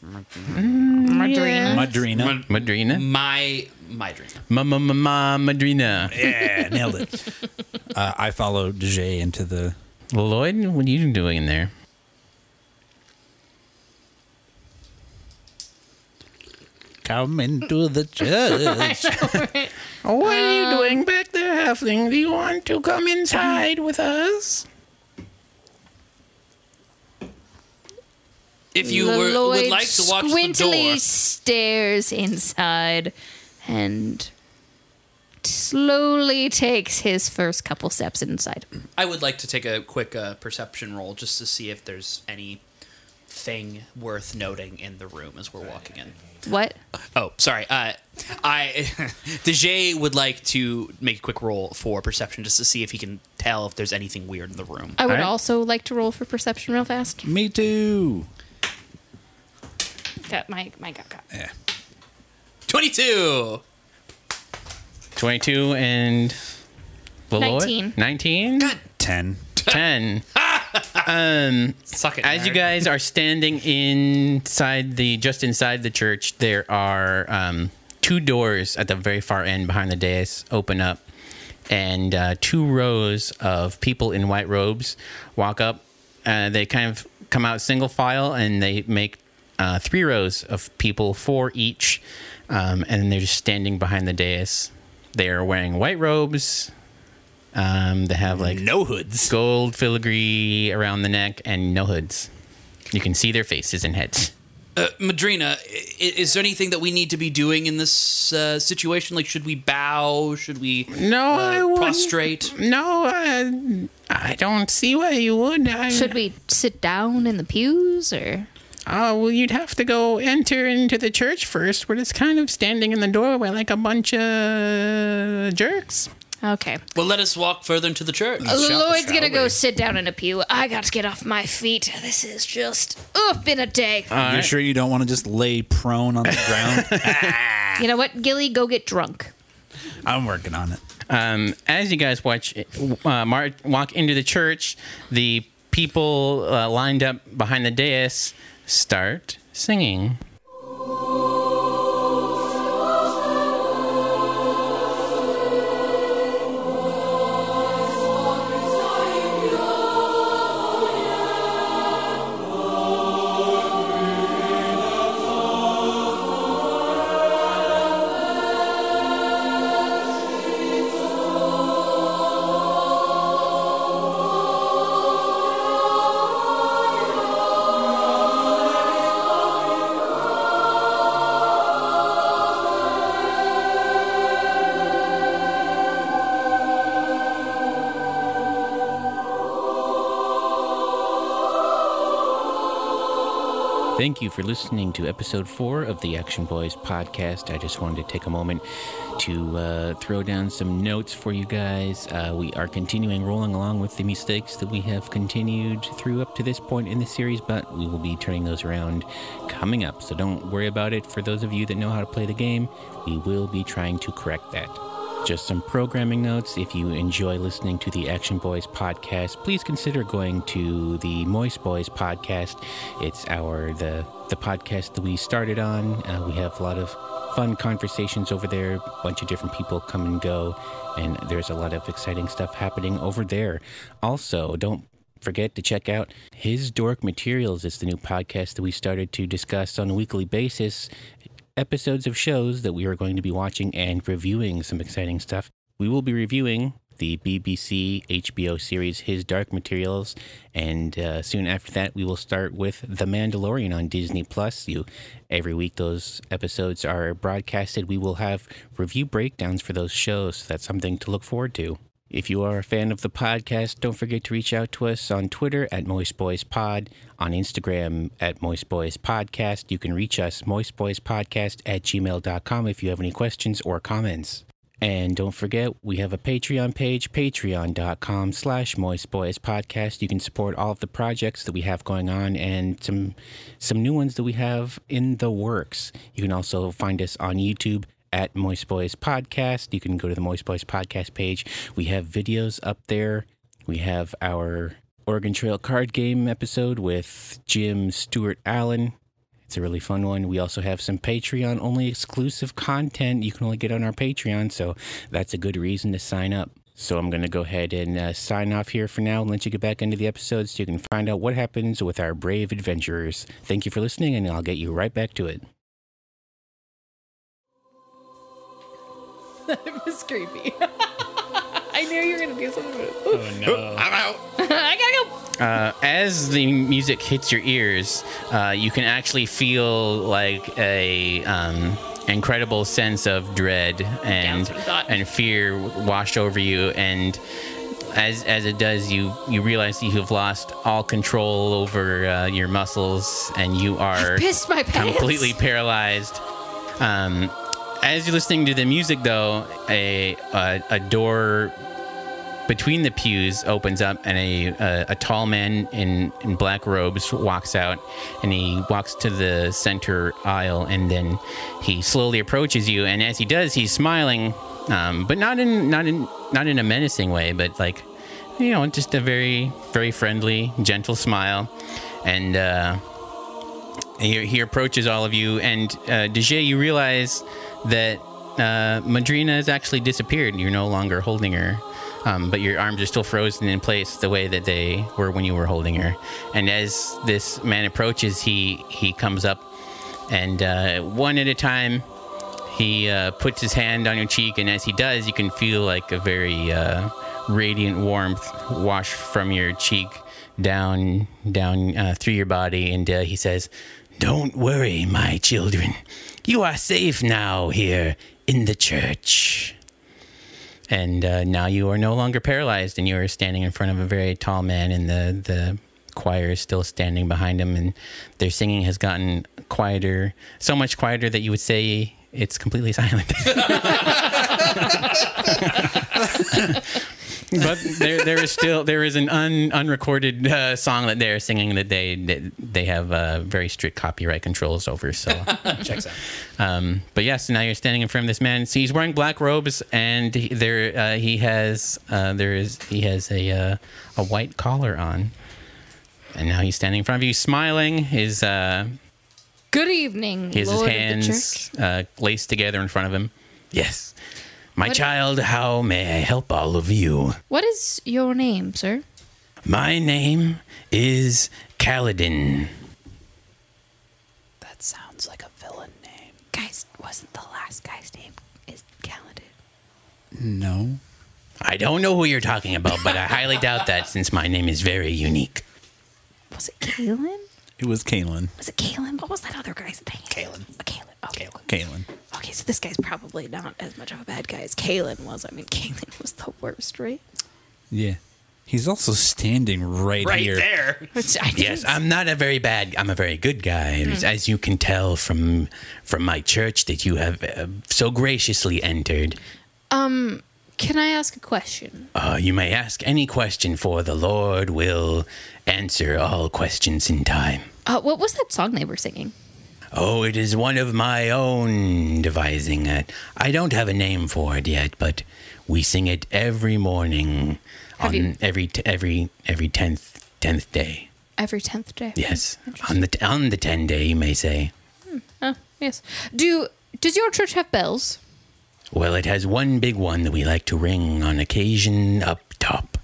Madrina.
Madrina.
Madrina?
my my dream.
Ma ma ma ma Madrina.
Yeah, nailed it. Uh, I follow Jay into the.
Lloyd, what are you doing in there?
Come into the church.
What are
Um,
you doing back there, Halfling? Do you want to come inside with us?
If you were, would
Lloyd
like to watch the
squintily
door,
stares inside and slowly takes his first couple steps inside.
I would like to take a quick uh, perception roll just to see if there's any thing worth noting in the room as we're walking in.
What?
Oh, sorry. Uh, I DJ would like to make a quick roll for perception just to see if he can tell if there's anything weird in the room.
I would
Alright.
also like to roll for perception real fast.
Me too.
Got my my got got.
Yeah.
Twenty-two.
22 and. Lloyd?
Nineteen.
19?
God,
Ten.
10.
suck it.
As you
nerd.
guys are standing inside the just inside the church, there are um, two doors at the very far end behind the dais open up, and uh, two rows of people in white robes walk up. Uh, they kind of come out single file, and they make uh, three rows of people, four each, um, and they're just standing behind the dais. They are wearing white robes. Um, they have like
No hoods.
gold filigree around the neck and no hoods. You can see their faces and heads.
Uh, Madrina, i- is there anything that we need to be doing in this uh, situation? Like, should we bow? Should we
No,
uh,
I wouldn't.
prostrate?
No, I, I don't see why you would. I,
Should we sit down in the pews or?
Oh, well, you'd have to go enter into the church first. We're just kind of standing in the doorway like a bunch of jerks.
Okay.
Well, let us walk further into the church.
Lloyd's
shall
gonna
we?
go sit down in a pew. I got to get off my feet. This is just oof in a day.
You're sure you don't want to just lay prone on the ground?
you know what, Gilly? Go get drunk.
I'm working on it.
um, as you guys watch uh, Mar- walk into the church, the people uh, lined up behind the dais start singing. Thank you for listening to episode four of the Action Boys podcast. I just wanted to take a moment to uh, throw down some notes for you guys. Uh, we are continuing rolling along with the mistakes that we have continued through up to this point in the series, but we will be turning those around coming up. So don't worry about it. For those of you that know how to play the game, we will be trying to correct that. Just some programming notes. If you enjoy listening to the Action Boys podcast, please consider going to the Moist Boys podcast. It's our the the podcast that we started on. Uh, we have a lot of fun conversations over there. A bunch of different people come and go, and there's a lot of exciting stuff happening over there. Also, don't forget to check out His Dork Materials. It's the new podcast that we started to discuss on a weekly basis episodes of shows that we are going to be watching and reviewing some exciting stuff. We will be reviewing the BBC HBO series His Dark Materials, and uh, soon after that, we will start with The Mandalorian on Disney Plus. You, every week, those episodes are broadcasted. We will have review breakdowns for those shows. So that's something to look forward to. If you are a fan of the podcast, don't forget to reach out to us on Twitter at Moist Boys Pod, on Instagram at Moist Boys Podcast. You can reach us, moistboyspodcast at gmail.com, if you have any questions or comments.
And don't forget, we have a Patreon page, patreon.com slash moist boys podcast. You can support all of the projects that we have going on and some some new ones that we have in the works. You can also find us on YouTube at Moist Boys Podcast. You can go to the Moist Boys Podcast page. We have videos up there. We have our Oregon Trail card game episode with Jim Stewart Allen. It's a really fun one. We also have some Patreon only exclusive content you can only get on our Patreon, so that's a good reason to sign up. So I'm going to go ahead and uh, sign off here for now and let you get back into the episode so you can find out what happens with our brave adventurers. Thank you for listening, and I'll get you right back to it.
it was creepy. I knew you were gonna do something. with- Ooh,
Oh no.
I'm out.
I gotta go.
Uh, as the music hits your ears, uh, you can actually feel like a um, incredible sense of dread and
that's what I thought.
and fear wash over you. And as as it does, you you realize that you've lost all control over uh, your muscles, and you are
Pissed my pants.
completely paralyzed. Um, as you're listening to the music, though, a a, a door between the pews opens up, and a a, a tall man in, in black robes walks out, and he walks to the center aisle, and then he slowly approaches you, and as he does, he's smiling, um, but not in not in not in a menacing way, but like you know, just a very very friendly, gentle smile, and. Uh, he, he approaches all of you, and uh, Dejay, you realize that uh, Madrina has actually disappeared. You're no longer holding her, um, but your arms are still frozen in place the way that they were when you were holding her. And as this man approaches, he he comes up, and uh, one at a time, he uh, puts his hand on your cheek, and as he does, you can feel like a very uh, radiant warmth wash from your cheek down, down uh, through your body. And uh, he says, "Don't worry, my children. You are safe now here in the church." And uh, now you are no longer paralyzed, and you are standing in front of a very tall man, and the the choir is still standing behind him, and their singing has gotten quieter, so much quieter that you would say it's completely silent. but there, there is still there is an un, unrecorded uh, song that they're singing that they that they have uh, very strict copyright controls over. So checks out. Um, but yes, now you're standing in front of this man. So he's wearing black robes, and he, there uh, he has uh, there is he has a uh, a white collar on, and now he's standing in front of you, smiling. His uh,
Good evening,
he has his
Lord of the Church.
hands uh, laced together in front of him. Yes. My child, how may I help all of you?
What is your name, sir?
My name is Kaladin.
That sounds like a villain name.
Guys, wasn't the last guy's name is Kaladin?
No.
I don't know who you're talking about, but I highly doubt that since my name is very unique.
Was it Kalen?
It was Kalen.
Was it Kalen? What was that other guy's name? Kalen. Kalen. Okay.
Kalen.
Okay, so this guy's probably not as much of a bad guy as Kalen was. I mean, Kalen was the worst, right?
Yeah. He's also standing right,
right
here.
there.
Which I
Yes,
didn't-
I'm not a very bad. I'm a very good guy, as-
Hmm.
as you can tell from from my church that you have uh, so graciously entered.
Can I ask a question?
Uh, you may ask any question, for the Lord will answer all questions in time.
Uh, what was that song they were singing?
Oh, it is one of my own devising. Uh, I don't have a name for it yet, but we sing it every morning
Have
on
you-
every t- every every tenth tenth day.
Every tenth day.
Yes, on the t- on the ten day, you may say.
Oh, yes. Do does your church have bells?
Well, it has one big one that we like to ring on occasion up top.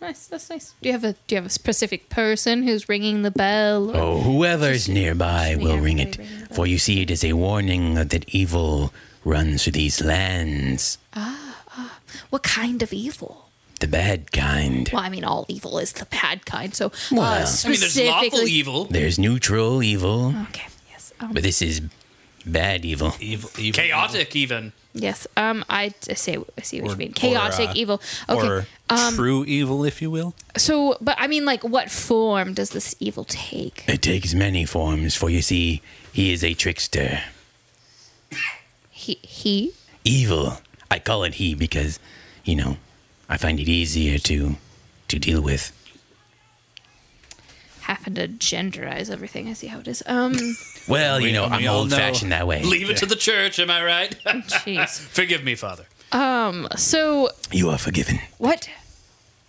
Nice. That's nice. Do you have a do you have a specific person who's ringing the bell? or-
Oh, whoever's nearby will
nearby
ring it,
ring the
for you see, it is a warning that evil runs through these lands,
What kind of evil?
the bad kind.
Well, I mean, all evil is the bad kind. So uh,
Well,
I mean, there's
specifically,
lawful e- evil.
There's neutral evil.
Okay. Yes. Um,
But this is bad evil.
Evil, evil.
Chaotic, even.
yes. Um. I, I say. I see what
Or-
you mean. Chaotic
or, uh,
evil. Okay. um,
Or true evil, if you will.
so, but I mean, like, what form does this evil take?
It takes many forms, for you see, he is a trickster.
He. He.
Evil. I call it he because, you know, I find it easier to to deal with.
Having to genderize everything. I see how it is. Um,
Well, you know,
we
I'm
all
old fashioned
know.
that way.
Leave it to the church, am I right?
jeez.
Forgive me, Father.
So
You are forgiven.
what?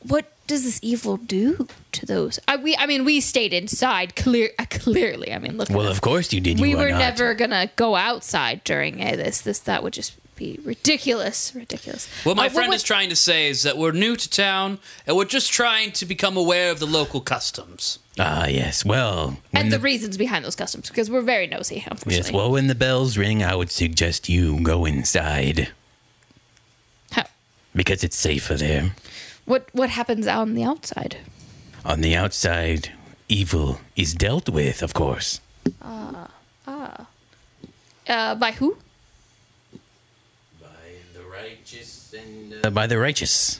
What does this evil do to those? I, we, I mean, we stayed inside. Clear, uh, clearly. I mean, look. at
Well,
us.
of course you did. You
we
are
were
not.
never gonna go outside during uh, this. This that would just be ridiculous. Ridiculous.
What my
Uh,
friend
was-
is trying to say is that we're new to town and we're just trying to become aware of the local customs.
Ah, yes. Well, when
and the, reasons behind those customs because we're very nosy. Unfortunately.
yes. Well, when the bells ring, I would suggest you go inside
How-
because it's safer there.
what what happens out on the outside?
On the outside, evil is dealt with, of course.
Uh, by who?
The righteous and uh, by the righteous.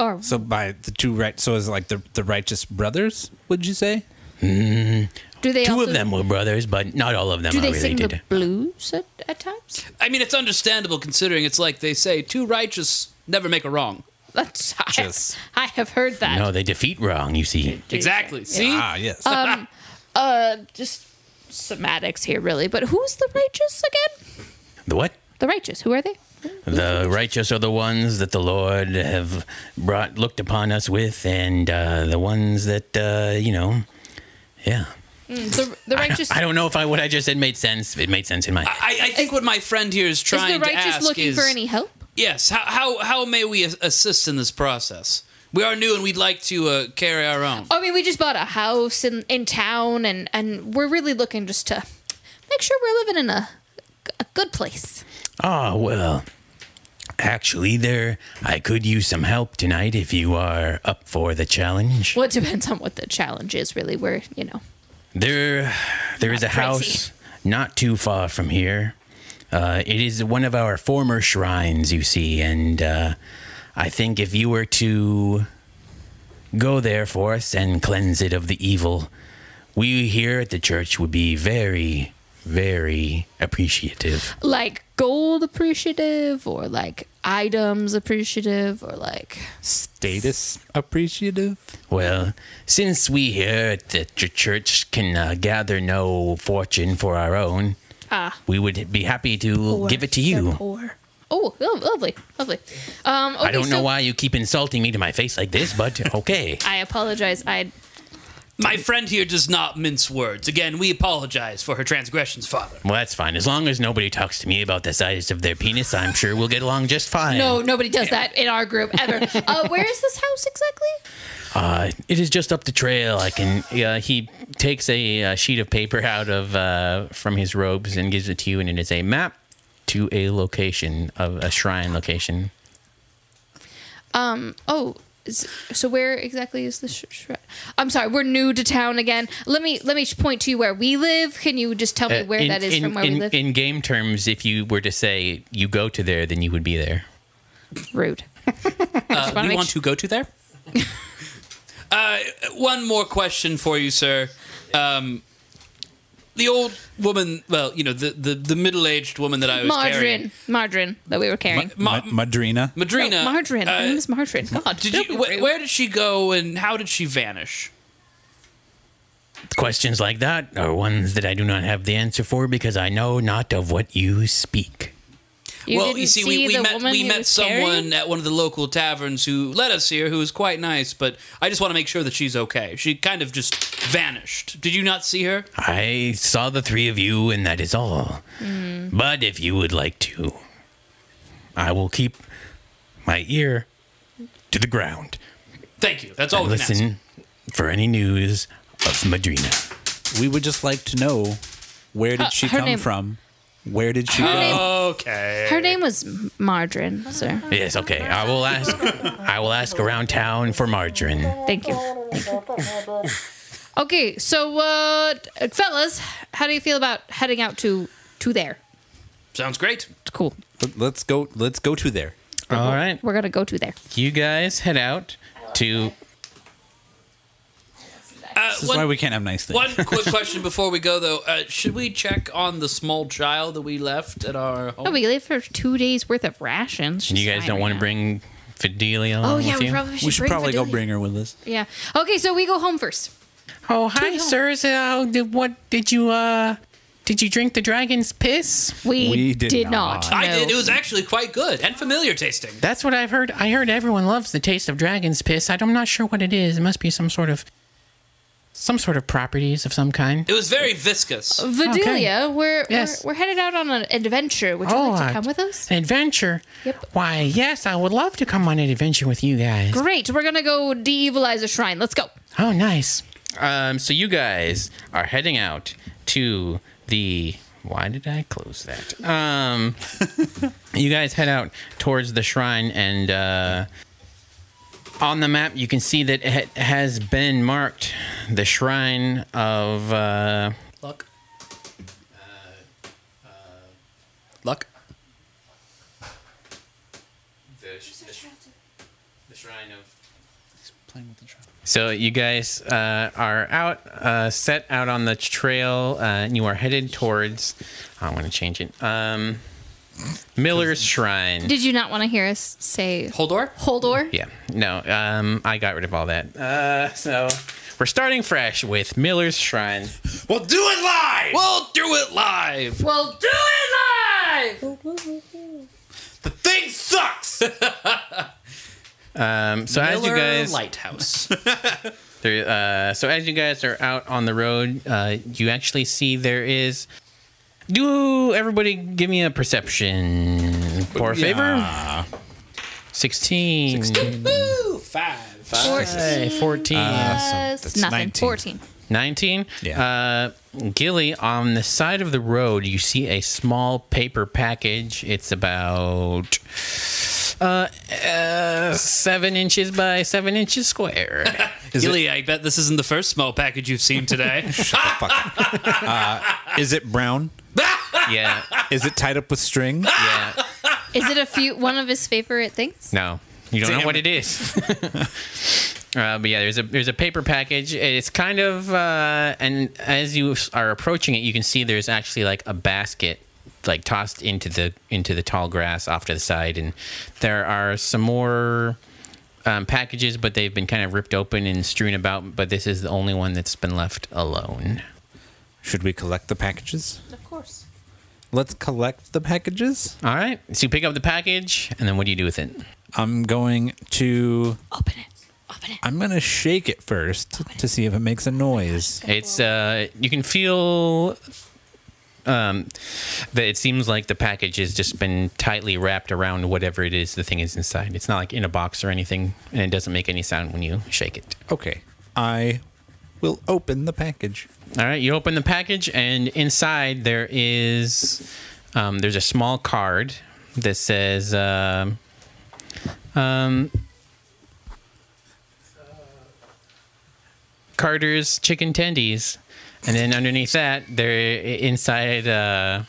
Or
So by the two right, so is it like the the righteous brothers? Would you say?
do they?
Two
also,
of them were brothers, but not all of them
Do
are
they sing
related.
the blues at, at times?
I mean, it's understandable considering it's like they say, two righteous never make a wrong.
That's I,
Just-
I have heard that.
no, they defeat wrong. You see,
Exactly. See?
Ah, yes.
Uh, just somatics here, really. But who's the righteous again?
the what?
The righteous. Who are they?
The righteous are the ones that the Lord have brought looked upon us with, and uh, the ones that uh, you know, yeah.
The, the
I
righteous.
don't, I don't know if I what I just said made sense. It made sense in my.
I, I think
Is-
what my friend here is trying
is the
to
righteous
ask
looking
is
for any help?
yes, how, how how may we as- assist in this process? We are new and we'd like to uh, carry our own.
I mean, we just bought a house in in town, and and we're really looking just to make sure we're living in a a good place.
Ah, well, actually, there I could use some help tonight if you are up for the challenge.
Well, it depends on what the challenge is, really. We're you know
There, there is a
crazy.
house not too far from here. Uh, it is one of our former shrines, you see, and uh, I think if you were to go there for us and cleanse it of the evil, we here at the church would be very, very appreciative.
like gold appreciative or like items appreciative or like
Status appreciative.
Well, since we here at the ch- church can uh, gather no fortune for our own,
ah
we would be happy to
poor.
give it to
They're
you.
poor. Oh, lo- lovely, lovely. Um, okay,
I don't know
so-
why you keep insulting me to my face like this, but okay.
I apologize. I
My friend here does not mince words. Again, we apologize for her transgressions, Father.
well, that's fine. As long as nobody talks to me about the size of their penis, I'm sure we'll get along just fine.
no, nobody does that in our group ever. uh, where is this house exactly?
Uh, it is just up the trail. I can. Uh, he takes a, uh sheet of paper out of uh, from his robes and gives it to you, and it is a map to a location of a shrine location.
Oh, is, so where exactly is the sh- shred? I'm sorry, we're new to town again. Let me let me point to you where we live. Can you just tell me
Uh,
where
in-
that is
in,
from where
in,
we live?
In game terms, if you were to say you go to there, then you would be there.
Rude.
Uh,
wanna
we
make
want
su-
to go to there? uh, one more question for you, sir. Um, the old woman, well, you know, the, the, the middle aged woman that I was carrying.
Margarine, margarine that we were carrying.
Ma-
Ma- Madrina.
Madrina.
No, margarine. Her
uh,
Oh, name is margarine. God,
did
don't
you,
be
wh-
rude.
where did she go and how did she vanish?
Questions like that are ones that I do not have the answer for because I know not of what you speak.
You
well,
didn't
you see, we, we
the
met
woman
we
he
met
was
someone
carrying?
at one of the local taverns who led us here, who was quite nice. But I just want to make sure that she's okay. She kind of just vanished. Did you not see her?
I saw the three of you, and that is all. But if you would like to, I will keep my ear to the ground
Thank you. That's all.
and
we can ask.
listen Mm. for any news of Madrina.
We would just like to know where did
Uh,
she
her
come
name-
from? Where did she
Her
go?
name-
Okay.
Her name was M- Margarine, sir.
Yes, okay. I will ask. I will ask around town for margarine.
Thank you. Thank you. okay, so uh, fellas, how do you feel about heading out to to there?
Sounds great.
It's cool.
Let- Let's go. Let's go to there.
All right,
We're gonna go to there.
you guys head out to
Uh,
is why we can't have nice things.
One quick question before we go, though. Uh, should we check on the small child that we left at our home?
Oh, we leave her two days worth of rations.
And you
She's
guys
fine
don't
right
want to
now.
bring Fidelia along
Oh yeah,
with
we
you?
probably should.
we should
bring
probably go
Fidelia.
bring her with us.
Yeah. Okay, so we go home first.
Oh, hi,
Tweet home.
sirs. Uh, did, what did you uh? Did you drink the dragon's piss?
We,
We did
did, not.
I
Oh, no.
did. It was actually quite good and familiar tasting.
That's what I've heard. I heard everyone loves the taste of dragon's piss. I don't- I'm not sure what it is. It must be some sort of, some sort of properties of some kind.
It was very viscous.
Oh. Vidalia, we're,
Yes.
we're we're headed out on an adventure. Would you
Oh,
like
uh,
to come with us?
An adventure?
Yep.
Why, yes, I would love to come on an adventure with you guys.
Great. We're gonna go de-evilize a shrine. Let's go.
Oh, nice.
Um, so you guys are heading out to the. Why did I close that? Um, you guys head out towards the shrine, and uh, on the map you can see that it has been marked the shrine of. Uh,
Luck. Luck.
So you guys uh, are out, uh, set out on the trail, uh, and you are headed towards. I want to change it. Um, Miller's Shrine.
Did you not want to hear us say
Holdor.
Holdor?
Yeah, no, um, I got rid of all that. Uh, so we're starting fresh with Miller's Shrine.
We'll do it live.
We'll do it live.
Well, do it live.
The thing sucks.
Um, so as you
Miller
guys,
Lighthouse.
there, uh, so as you guys are out on the road, uh, you actually see there is. Do everybody give me a perception for a favor? Sixteen.
Woo! Five.
Hey, 14.
Plus nothing.
19.
Fourteen.
19?
Yeah.
Uh, Gilly, on the side of the road, you see a small paper package. It's about uh, uh, seven inches by seven inches squared.
Gilly, I bet this isn't the first small package you've seen today.
Is it brown?
yeah.
Is it tied up with string?
Yeah.
Is it a few one of his favorite things?
No, you don't know
Damn
what
it.
it is. uh, but yeah, there's a there's a paper package. It's kind of uh, and as you are approaching it, you can see there's actually like a basket like tossed into the into the tall grass off to the side, and there are some more. Um, packages, but they've been kind of ripped open and strewn about. But this is the only one that's been left alone.
Should we collect the packages? Of course. Let's collect the packages.
All right, so you pick up the package, and then what do you do with it?
I'm going to.
Open it. Open it.
I'm gonna shake it first to see if it makes a noise.
It's uh, you can feel um, that it seems like the package has just been tightly wrapped around whatever it is the thing is inside. It's not like in a box or anything, and it doesn't make any sound when you shake it.
Okay. I will open the package.
All right, you open the package, and inside there is um, there's a small card that says. um um, Carter's chicken tendies, and then underneath that, there inside, uh,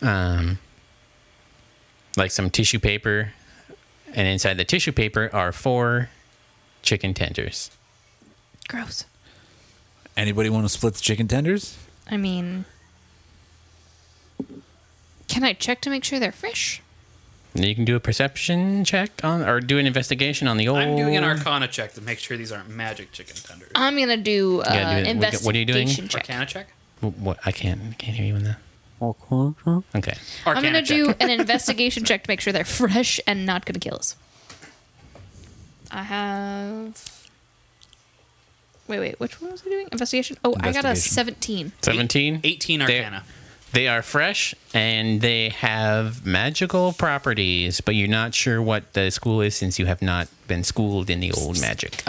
um, like some tissue paper, and inside the tissue paper are four chicken tenders.
Gross.
Anybody want to split the chicken tenders?
I mean, can I check to make sure they're fresh?
And you can do a perception check on, or do an investigation on the old.
I'm doing an arcana check to make sure these aren't magic chicken tenders.
I'm gonna do uh,
Yeah, do it. What-
investigation
what are you doing?
check.
Arcana check?
Wh- What, I can't, I can't hear you in the. Okay.
Arcana
I'm gonna
check.
do an investigation check to make sure they're fresh and not gonna kill us. I have. Wait, wait. Which one was I doing? Investigation. Oh, I got a
Investigation.
17.
Seventeen.
18
They-
arcana.
They are fresh and they have magical properties, but you're not sure what the school is since you have not been schooled in the old magic.
So,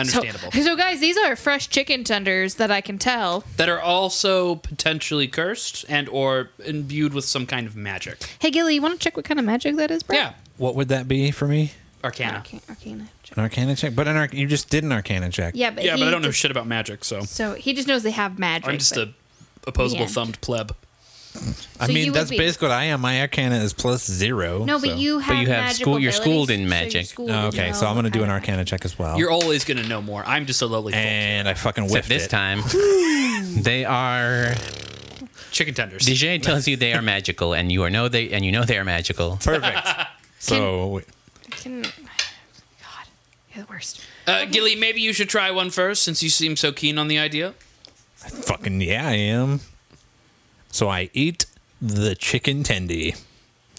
Understandable.
so, guys, these are fresh chicken tenders that I can tell.
that are also potentially cursed and or imbued with some kind of magic.
Hey, Gilly, you want to check what kind of magic that is, bro?
Yeah.
What would that be for me?
Arcana.
Arcana. Arcana check.
An arcana check? But an arc- you just did an arcana check.
Yeah, but
Yeah, but
he
I don't know
just-
shit about magic, so
So he just knows they have magic.
I'm just
but-
a opposable
the
thumbed pleb.
I
So you
mean,
would
that's
be-
basically what I am. My arcana is plus zero.
No, but
so-
you have
you have
magical
school- you're
abilities,
schooled in
so you're
magic.
schooled
Oh,
in
okay, so
know-
I'm gonna do an
I-
arcana check as well.
You're always gonna know more. I'm just a lowly fool.
and I fucking
Except
whiffed
this
it.
time, they are.
chicken tenders.
DJ tells you they are magical, and you are know they and you know they are magical.
Perfect. so
I can, God, you're the worst.
Uh, Gilly, maybe you should try one first since you seem so keen on the idea.
fucking yeah, I am. So I eat the chicken tendy.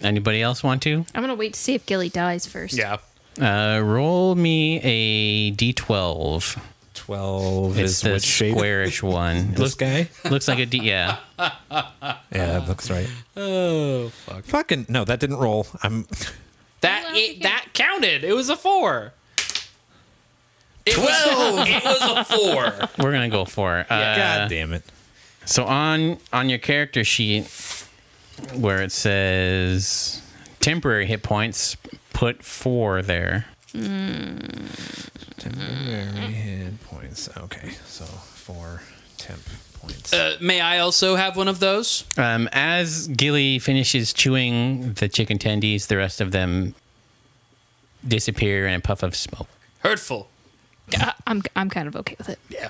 Anybody else want to?
I'm gonna wait to see if Gilly dies first.
Uh, roll me a d12.
Twelve
It's
is
the
what shape?
squarish one. It
This
looks,
guy.
looks like a d. Yeah.
Yeah, that looks right. Oh fuck! Fucking no, that didn't roll. I'm
That
Well,
it,
okay.
that counted. It was a four. It was, it was a four.
We're gonna go for it. Uh,
God damn it.
So on on your character sheet, where it says temporary hit points, put four there.
Temporary hit points. Okay, so four temp points.
Uh, may I also have one of those?
Um, as Gilly finishes chewing the chicken tendies, the rest of them disappear in a puff of smoke.
Hurtful.
Uh, I'm I'm kind of okay with it.
Yeah.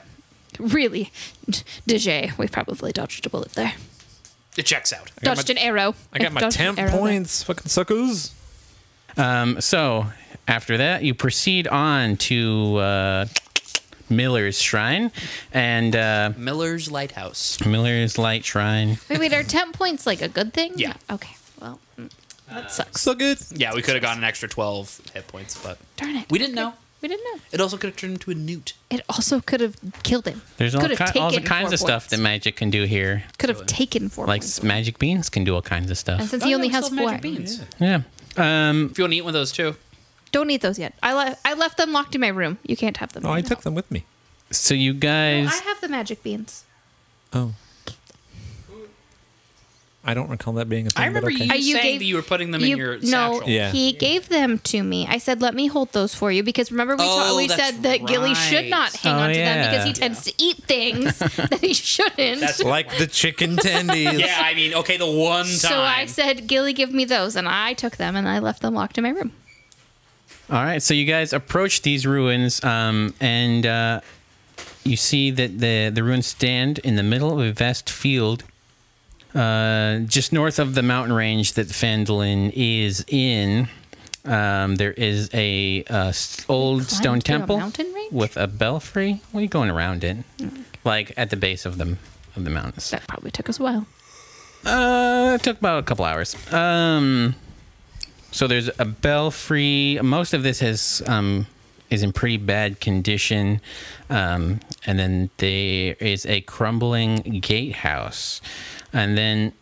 Really, DJ, we probably dodged a bullet there.
It checks out.
got
Dodged
my-
an arrow.
I got my
Dodged an
temp
arrow there.
points. Fucking suckers.
Um, so after that, you proceed on to uh, Miller's Shrine and uh,
Miller's Lighthouse.
Miller's Light Shrine.
Wait, wait, are temp points like a good thing?
Yeah.
Okay. Well, mm, that sucks.
So good.
Yeah, we could have gotten an extra 12 hit points, but
Darn it.
we didn't know.
We didn't know.
It also could have turned into a newt.
It also could have killed him.
There's all,
could have
ki- all the
taken
kinds
four
of stuff
points.
that magic can do here.
could have taken four
Like
points.
magic beans can do all kinds of
And
stuff.
since he only has
Still have
four,
magic beans.
Yeah. Um,
If you want to eat one of those too.
don't eat those yet. I le- I left them locked in my room. You can't have them.
Oh, I
right now.
took them with me.
so you
I
guys,
have the magic beans.
Oh. I don't recall that being a thing.
I remember
but
you
okay.
Uh, you
saying
gave-
that you were putting them in
You-
your
no,
satchel.
Yeah.
he gave them to me. I said, "Let me hold those for you," because remember we ta-
Oh,
we
that's
said that Gilly should
right.
not hang
Oh,
on to them because
yeah.
he tends to eat things that he shouldn't.
That's
like the chicken tendies.
Yeah, I mean, okay, the one time.
so I said, "Gilly, give me those," and I took them and I left them locked in my room.
all right. So you guys approach these ruins, um, and uh, you see that the the ruins stand in the middle of a vast field, uh, just north of the mountain range that Fandolin is in. Um, there is a uh, s- old
climbed
stone
through a
temple
mountain range? Hmm.
with a belfry. What are you going around in? Like at the base of the of the mountains.
That probably took us a while.
Uh, it took about a couple hours. Um, so there's a belfry. Most of this has um is in pretty bad condition. Um, and then there is a crumbling gatehouse, and then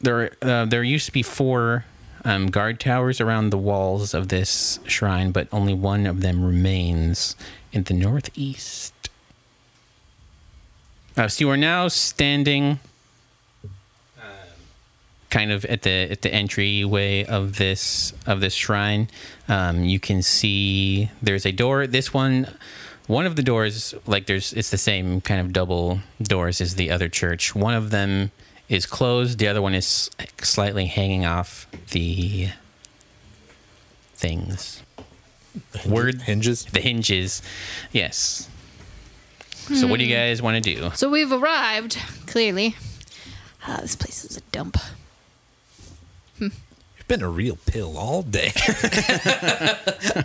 there uh, there used to be four. Um, guard towers around the walls of this shrine, but only one of them remains in the northeast. Uh, so you are now standing kind of at the at the entryway of this of this shrine. Um, you can see there's a door. This one, one of the doors, like there's it's the same kind of double doors as the other church. One of them is closed. The other one is slightly hanging off the things. Word
hinges.
the hinges. Yes. So what do you guys want to do?
So we've arrived. Clearly, Ah, this place is a dump.
You've been a real pill all day.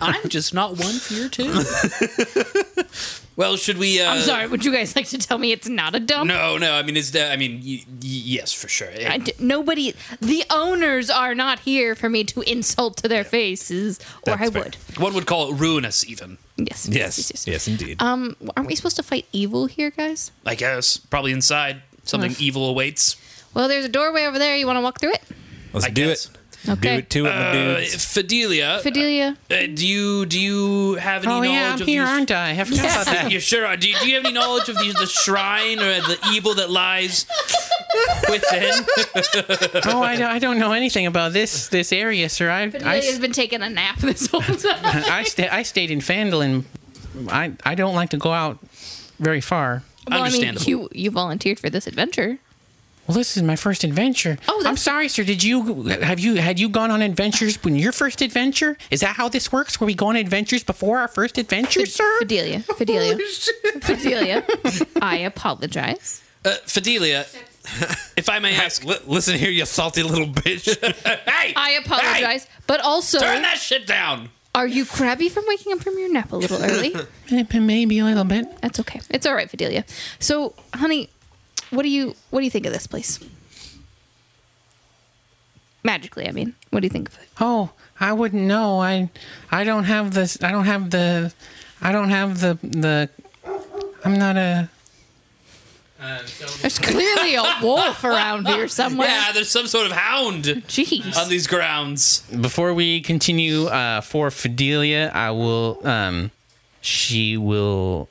I'm just not one for your two. well, should we? Uh,
I'm sorry. Would you guys like to tell me it's not a dump?
No, no. I mean, is that? I mean, y- y- yes, for sure.
I d- nobody, the owners are not here for me to insult to their faces, or I
That's fair.
would.
One would call it ruinous, even.
Yes.
yes, yes, indeed.
Um, aren't we supposed to fight evil here, guys?
I guess probably inside something evil awaits.
Well, there's a doorway over there. You want to walk through it?
Let's
I
do
guess.
it. Do
Okay.
it to it, my
Uh,
dudes.
Fidelia, Oh,
Fidelia.
uh, do you do you have
Oh,
any knowledge of these?
I? I forgot about that.
You sure are. Do you, do you have any knowledge of the, the shrine or the evil that lies within?
oh, I, don't- I don't know anything about this this area, sir. I I,
Fidelia's been taking a nap this whole time.
I, sta- I stayed in Fandolin. I I don't like to go out very far.
well, I mean,
Understandable.
you you volunteered for this adventure.
Well, this is my first adventure.
Oh,
I'm
that's-
sorry, sir. Did you have you had you gone on adventures when your first adventure? Is that how this works? Were we going on adventures before our first adventure, sir?
Fidelia. Fidelia. Fidelia. I apologize.
Uh, Fidelia, if I may ask,
L- listen here, you salty little bitch.
hey,
I apologize. But also,
turn that shit down.
are you crabby from waking up from your nap a little early?
Maybe a little bit.
That's okay. It's all right, Fidelia. So, honey, what do you what do you think of this place? Magically, I mean. What do you think of it?
Oh, I wouldn't know. I I don't have this. I don't have the. I don't have the the. I'm not a.
There's clearly a wolf around here somewhere.
Yeah, there's some sort of hound
Jeez.
on these grounds.
Before we continue, uh, for Fidelia, I will. Um, she will.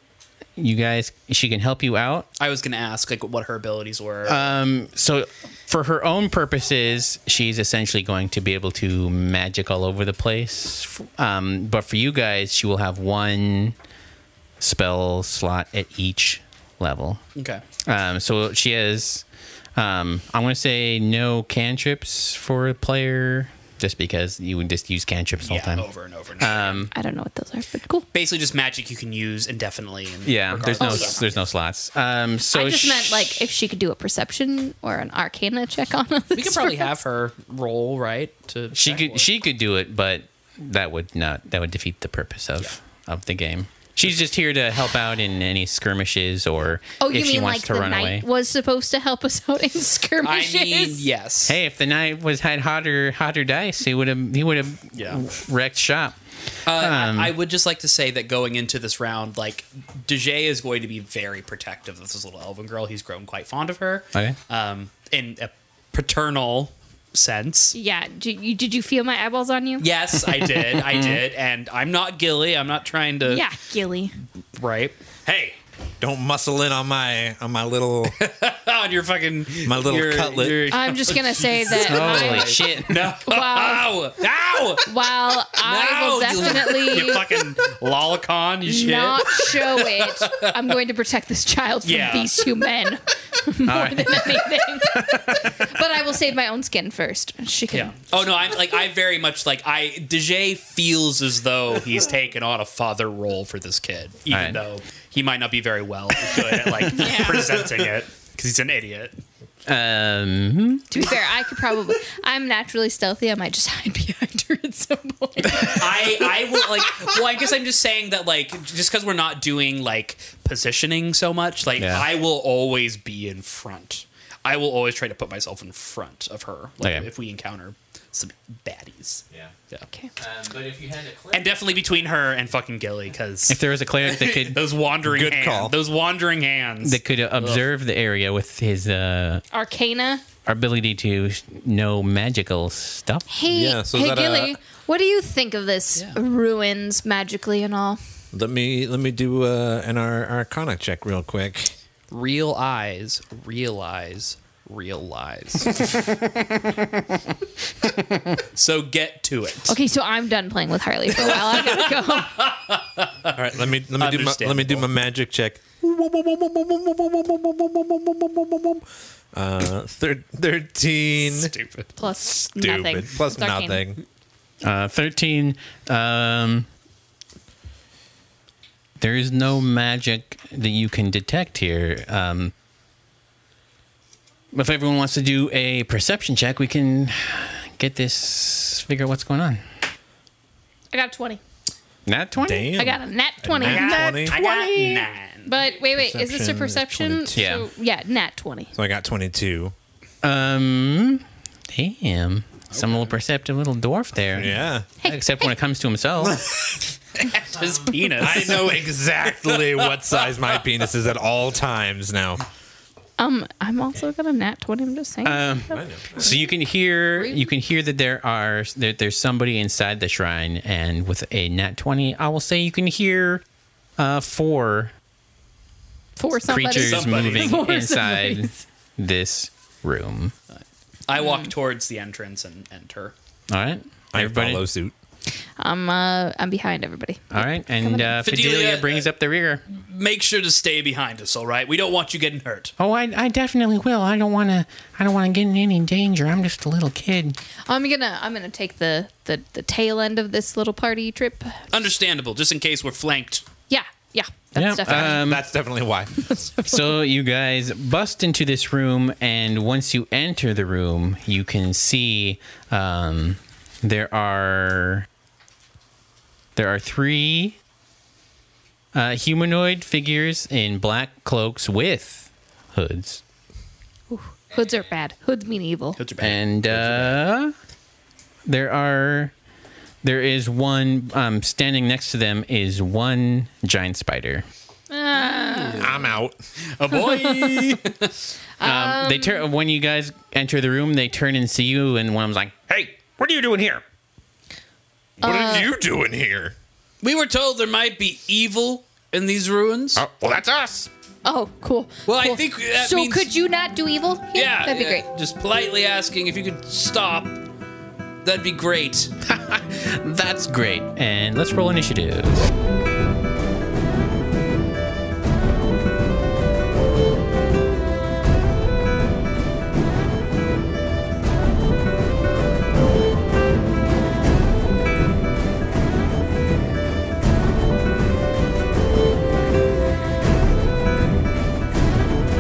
You guys, she can help you out.
I was gonna ask like what her abilities were.
Uh, So, for her own purposes, she's essentially going to be able to magic all over the place. Um, but for you guys, she will have one spell slot at each level.
okay.
Um, so she has, um, I'm going to say no cantrips for a player, just because you would just use cantrips all the
Yeah,
time. Uh,
over and over. And over.
I don't know what those are, but cool.
Basically, just magic you can use indefinitely. And
Yeah, there's no
Oh, yeah.
there's no slots. Um, so
I just
sh-
meant like if she could do a perception or an arcana check on us.
We could probably have her roll right to.
she
check
could
what-
she could do it, but that would not that would defeat the purpose of of the game. She's just here to help out in any skirmishes or
Oh,
if
you
she
mean
wants
like
to
the
run
knight
away.
was supposed to help us out in
I
skirmishes?
mean, yes.
Hey, if the knight was had hotter hotter dice, he would have he would have
Yeah.
wrecked shop.
Uh, I-
um,
I would just like to say that going into this round, like DeJay is going to be very protective of this little elven girl. He's grown quite fond of her.
Okay.
Um, in a paternal sense.
Yeah. Did you, did you feel my eyeballs on you?
Yes, I did. I did, and I'm not Gilly. I'm not trying to.
Mm-hmm. Yeah, Gilly.
Right. Hey,
Don't muscle in on my on my little.
on your Oh, fucking
My little
your-
cutlet.
your-
I'm just gonna say that
Holy
I,
shit!
no.
Wow.
Ow! Ow!
while I will
Ow, you- You
definitely
fucking lolicon, you shit.
not show it, I'm going to protect this child from
Yeah.
these two men more than anything. but I will save my own skin first. She can.
Yeah. Oh no, I'm like I very much like I DeJay feels as though he's taken on a father role for this kid, even
Right.
though he might not be very well good at like presenting it because he's an idiot.
Um,
To be fair, I could probably. I'm naturally stealthy. I might just hide behind her at some point.
I I will like. Well, I guess I'm just saying that like just because we're not doing like positioning so much, like
Yeah.
I will always be in front. I will always try to put myself in front of her like,
Okay.
if we encounter some baddies.
yeah.
Yeah.
Okay.
but if you had a clip.
And definitely between her and fucking Gilly, because
If there was a cleric that could
Those wandering
Good
hands.
call.
Those wandering hands.
that could observe the area with his uh,
Arcana.
ability to know magical stuff.
Hey,
Yeah, so is
hey,
that a-
Gilly. what do you think of this ruins magically and all?
let me let me do uh, an ar- arcana check real quick.
real eyes, realize, realize. so get to it.
Okay, so I'm done playing with Harley for a while. I gotta go.
All right, let me let me do my let me do my magic check. Uh, thir- thirteen.
Stupid.
Plus
Stupid.
nothing.
Plus
It's arcane.
nothing.
Uh, 13. Um, there is no magic that you can detect here. Um, if everyone wants to do a perception check, we can get this, figure out what's going on.
I got 20.
Nat 20?
Damn.
I got a nat 20.
nat
Nat-
20.
I got nine.
But wait, wait, is this a
Perception
perception?
is
So, yeah, nat 20.
So I got twenty-two.
Um, damn. Some little perceptive little dwarf there.
Yeah.
Except when it comes to himself.
His penis.
I know exactly what size my penis is at all times now.
Um, I'm also got a nat 20. I'm just saying.
so you can hear you can hear that there are that there's somebody inside the shrine, and with a nat twenty, I will say you can hear uh, four
For somebody.
creatures
Somebody.
moving
Four
inside
somebody's.
this room.
I walk towards the entrance and enter.
All right,
I
everybody.
follow suit.
I'm, uh, I'm behind everybody.
All right, and uh, Fidelia
Fidelia,
brings up the rear.
make sure to stay behind us, all right? We don't want you getting hurt.
Oh, I, I definitely will. I don't want to. I don't want to get in any danger. I'm just a little kid.
I'm gonna I'm gonna take the the, the tail end of this little party trip.
Understandable, just in case we're flanked.
Yeah, yeah. That's
Yeah,
definitely
um,
That's definitely why.
So you guys bust into this room, and once you enter the room, you can see um, there are there are three uh, humanoid figures in black cloaks with hoods,
hoods are bad. Hoods mean evil.
and uh, there are there is one um, standing next to them is one giant spider.
I'm out.
A boy!
Um, they turn when you guys enter the room. They turn and see you, and one of them's like, "Hey, what are you doing here?"
What are you doing here?
we were told there might be evil in these ruins.
Oh, well, that's us.
Oh, cool.
Well, I
cool.
think that
so.
means-
Could you not do evil? here?
yeah,
that'd be
yeah,
great.
Just politely asking if you could stop. That'd be great.
That's great. And let's roll initiative.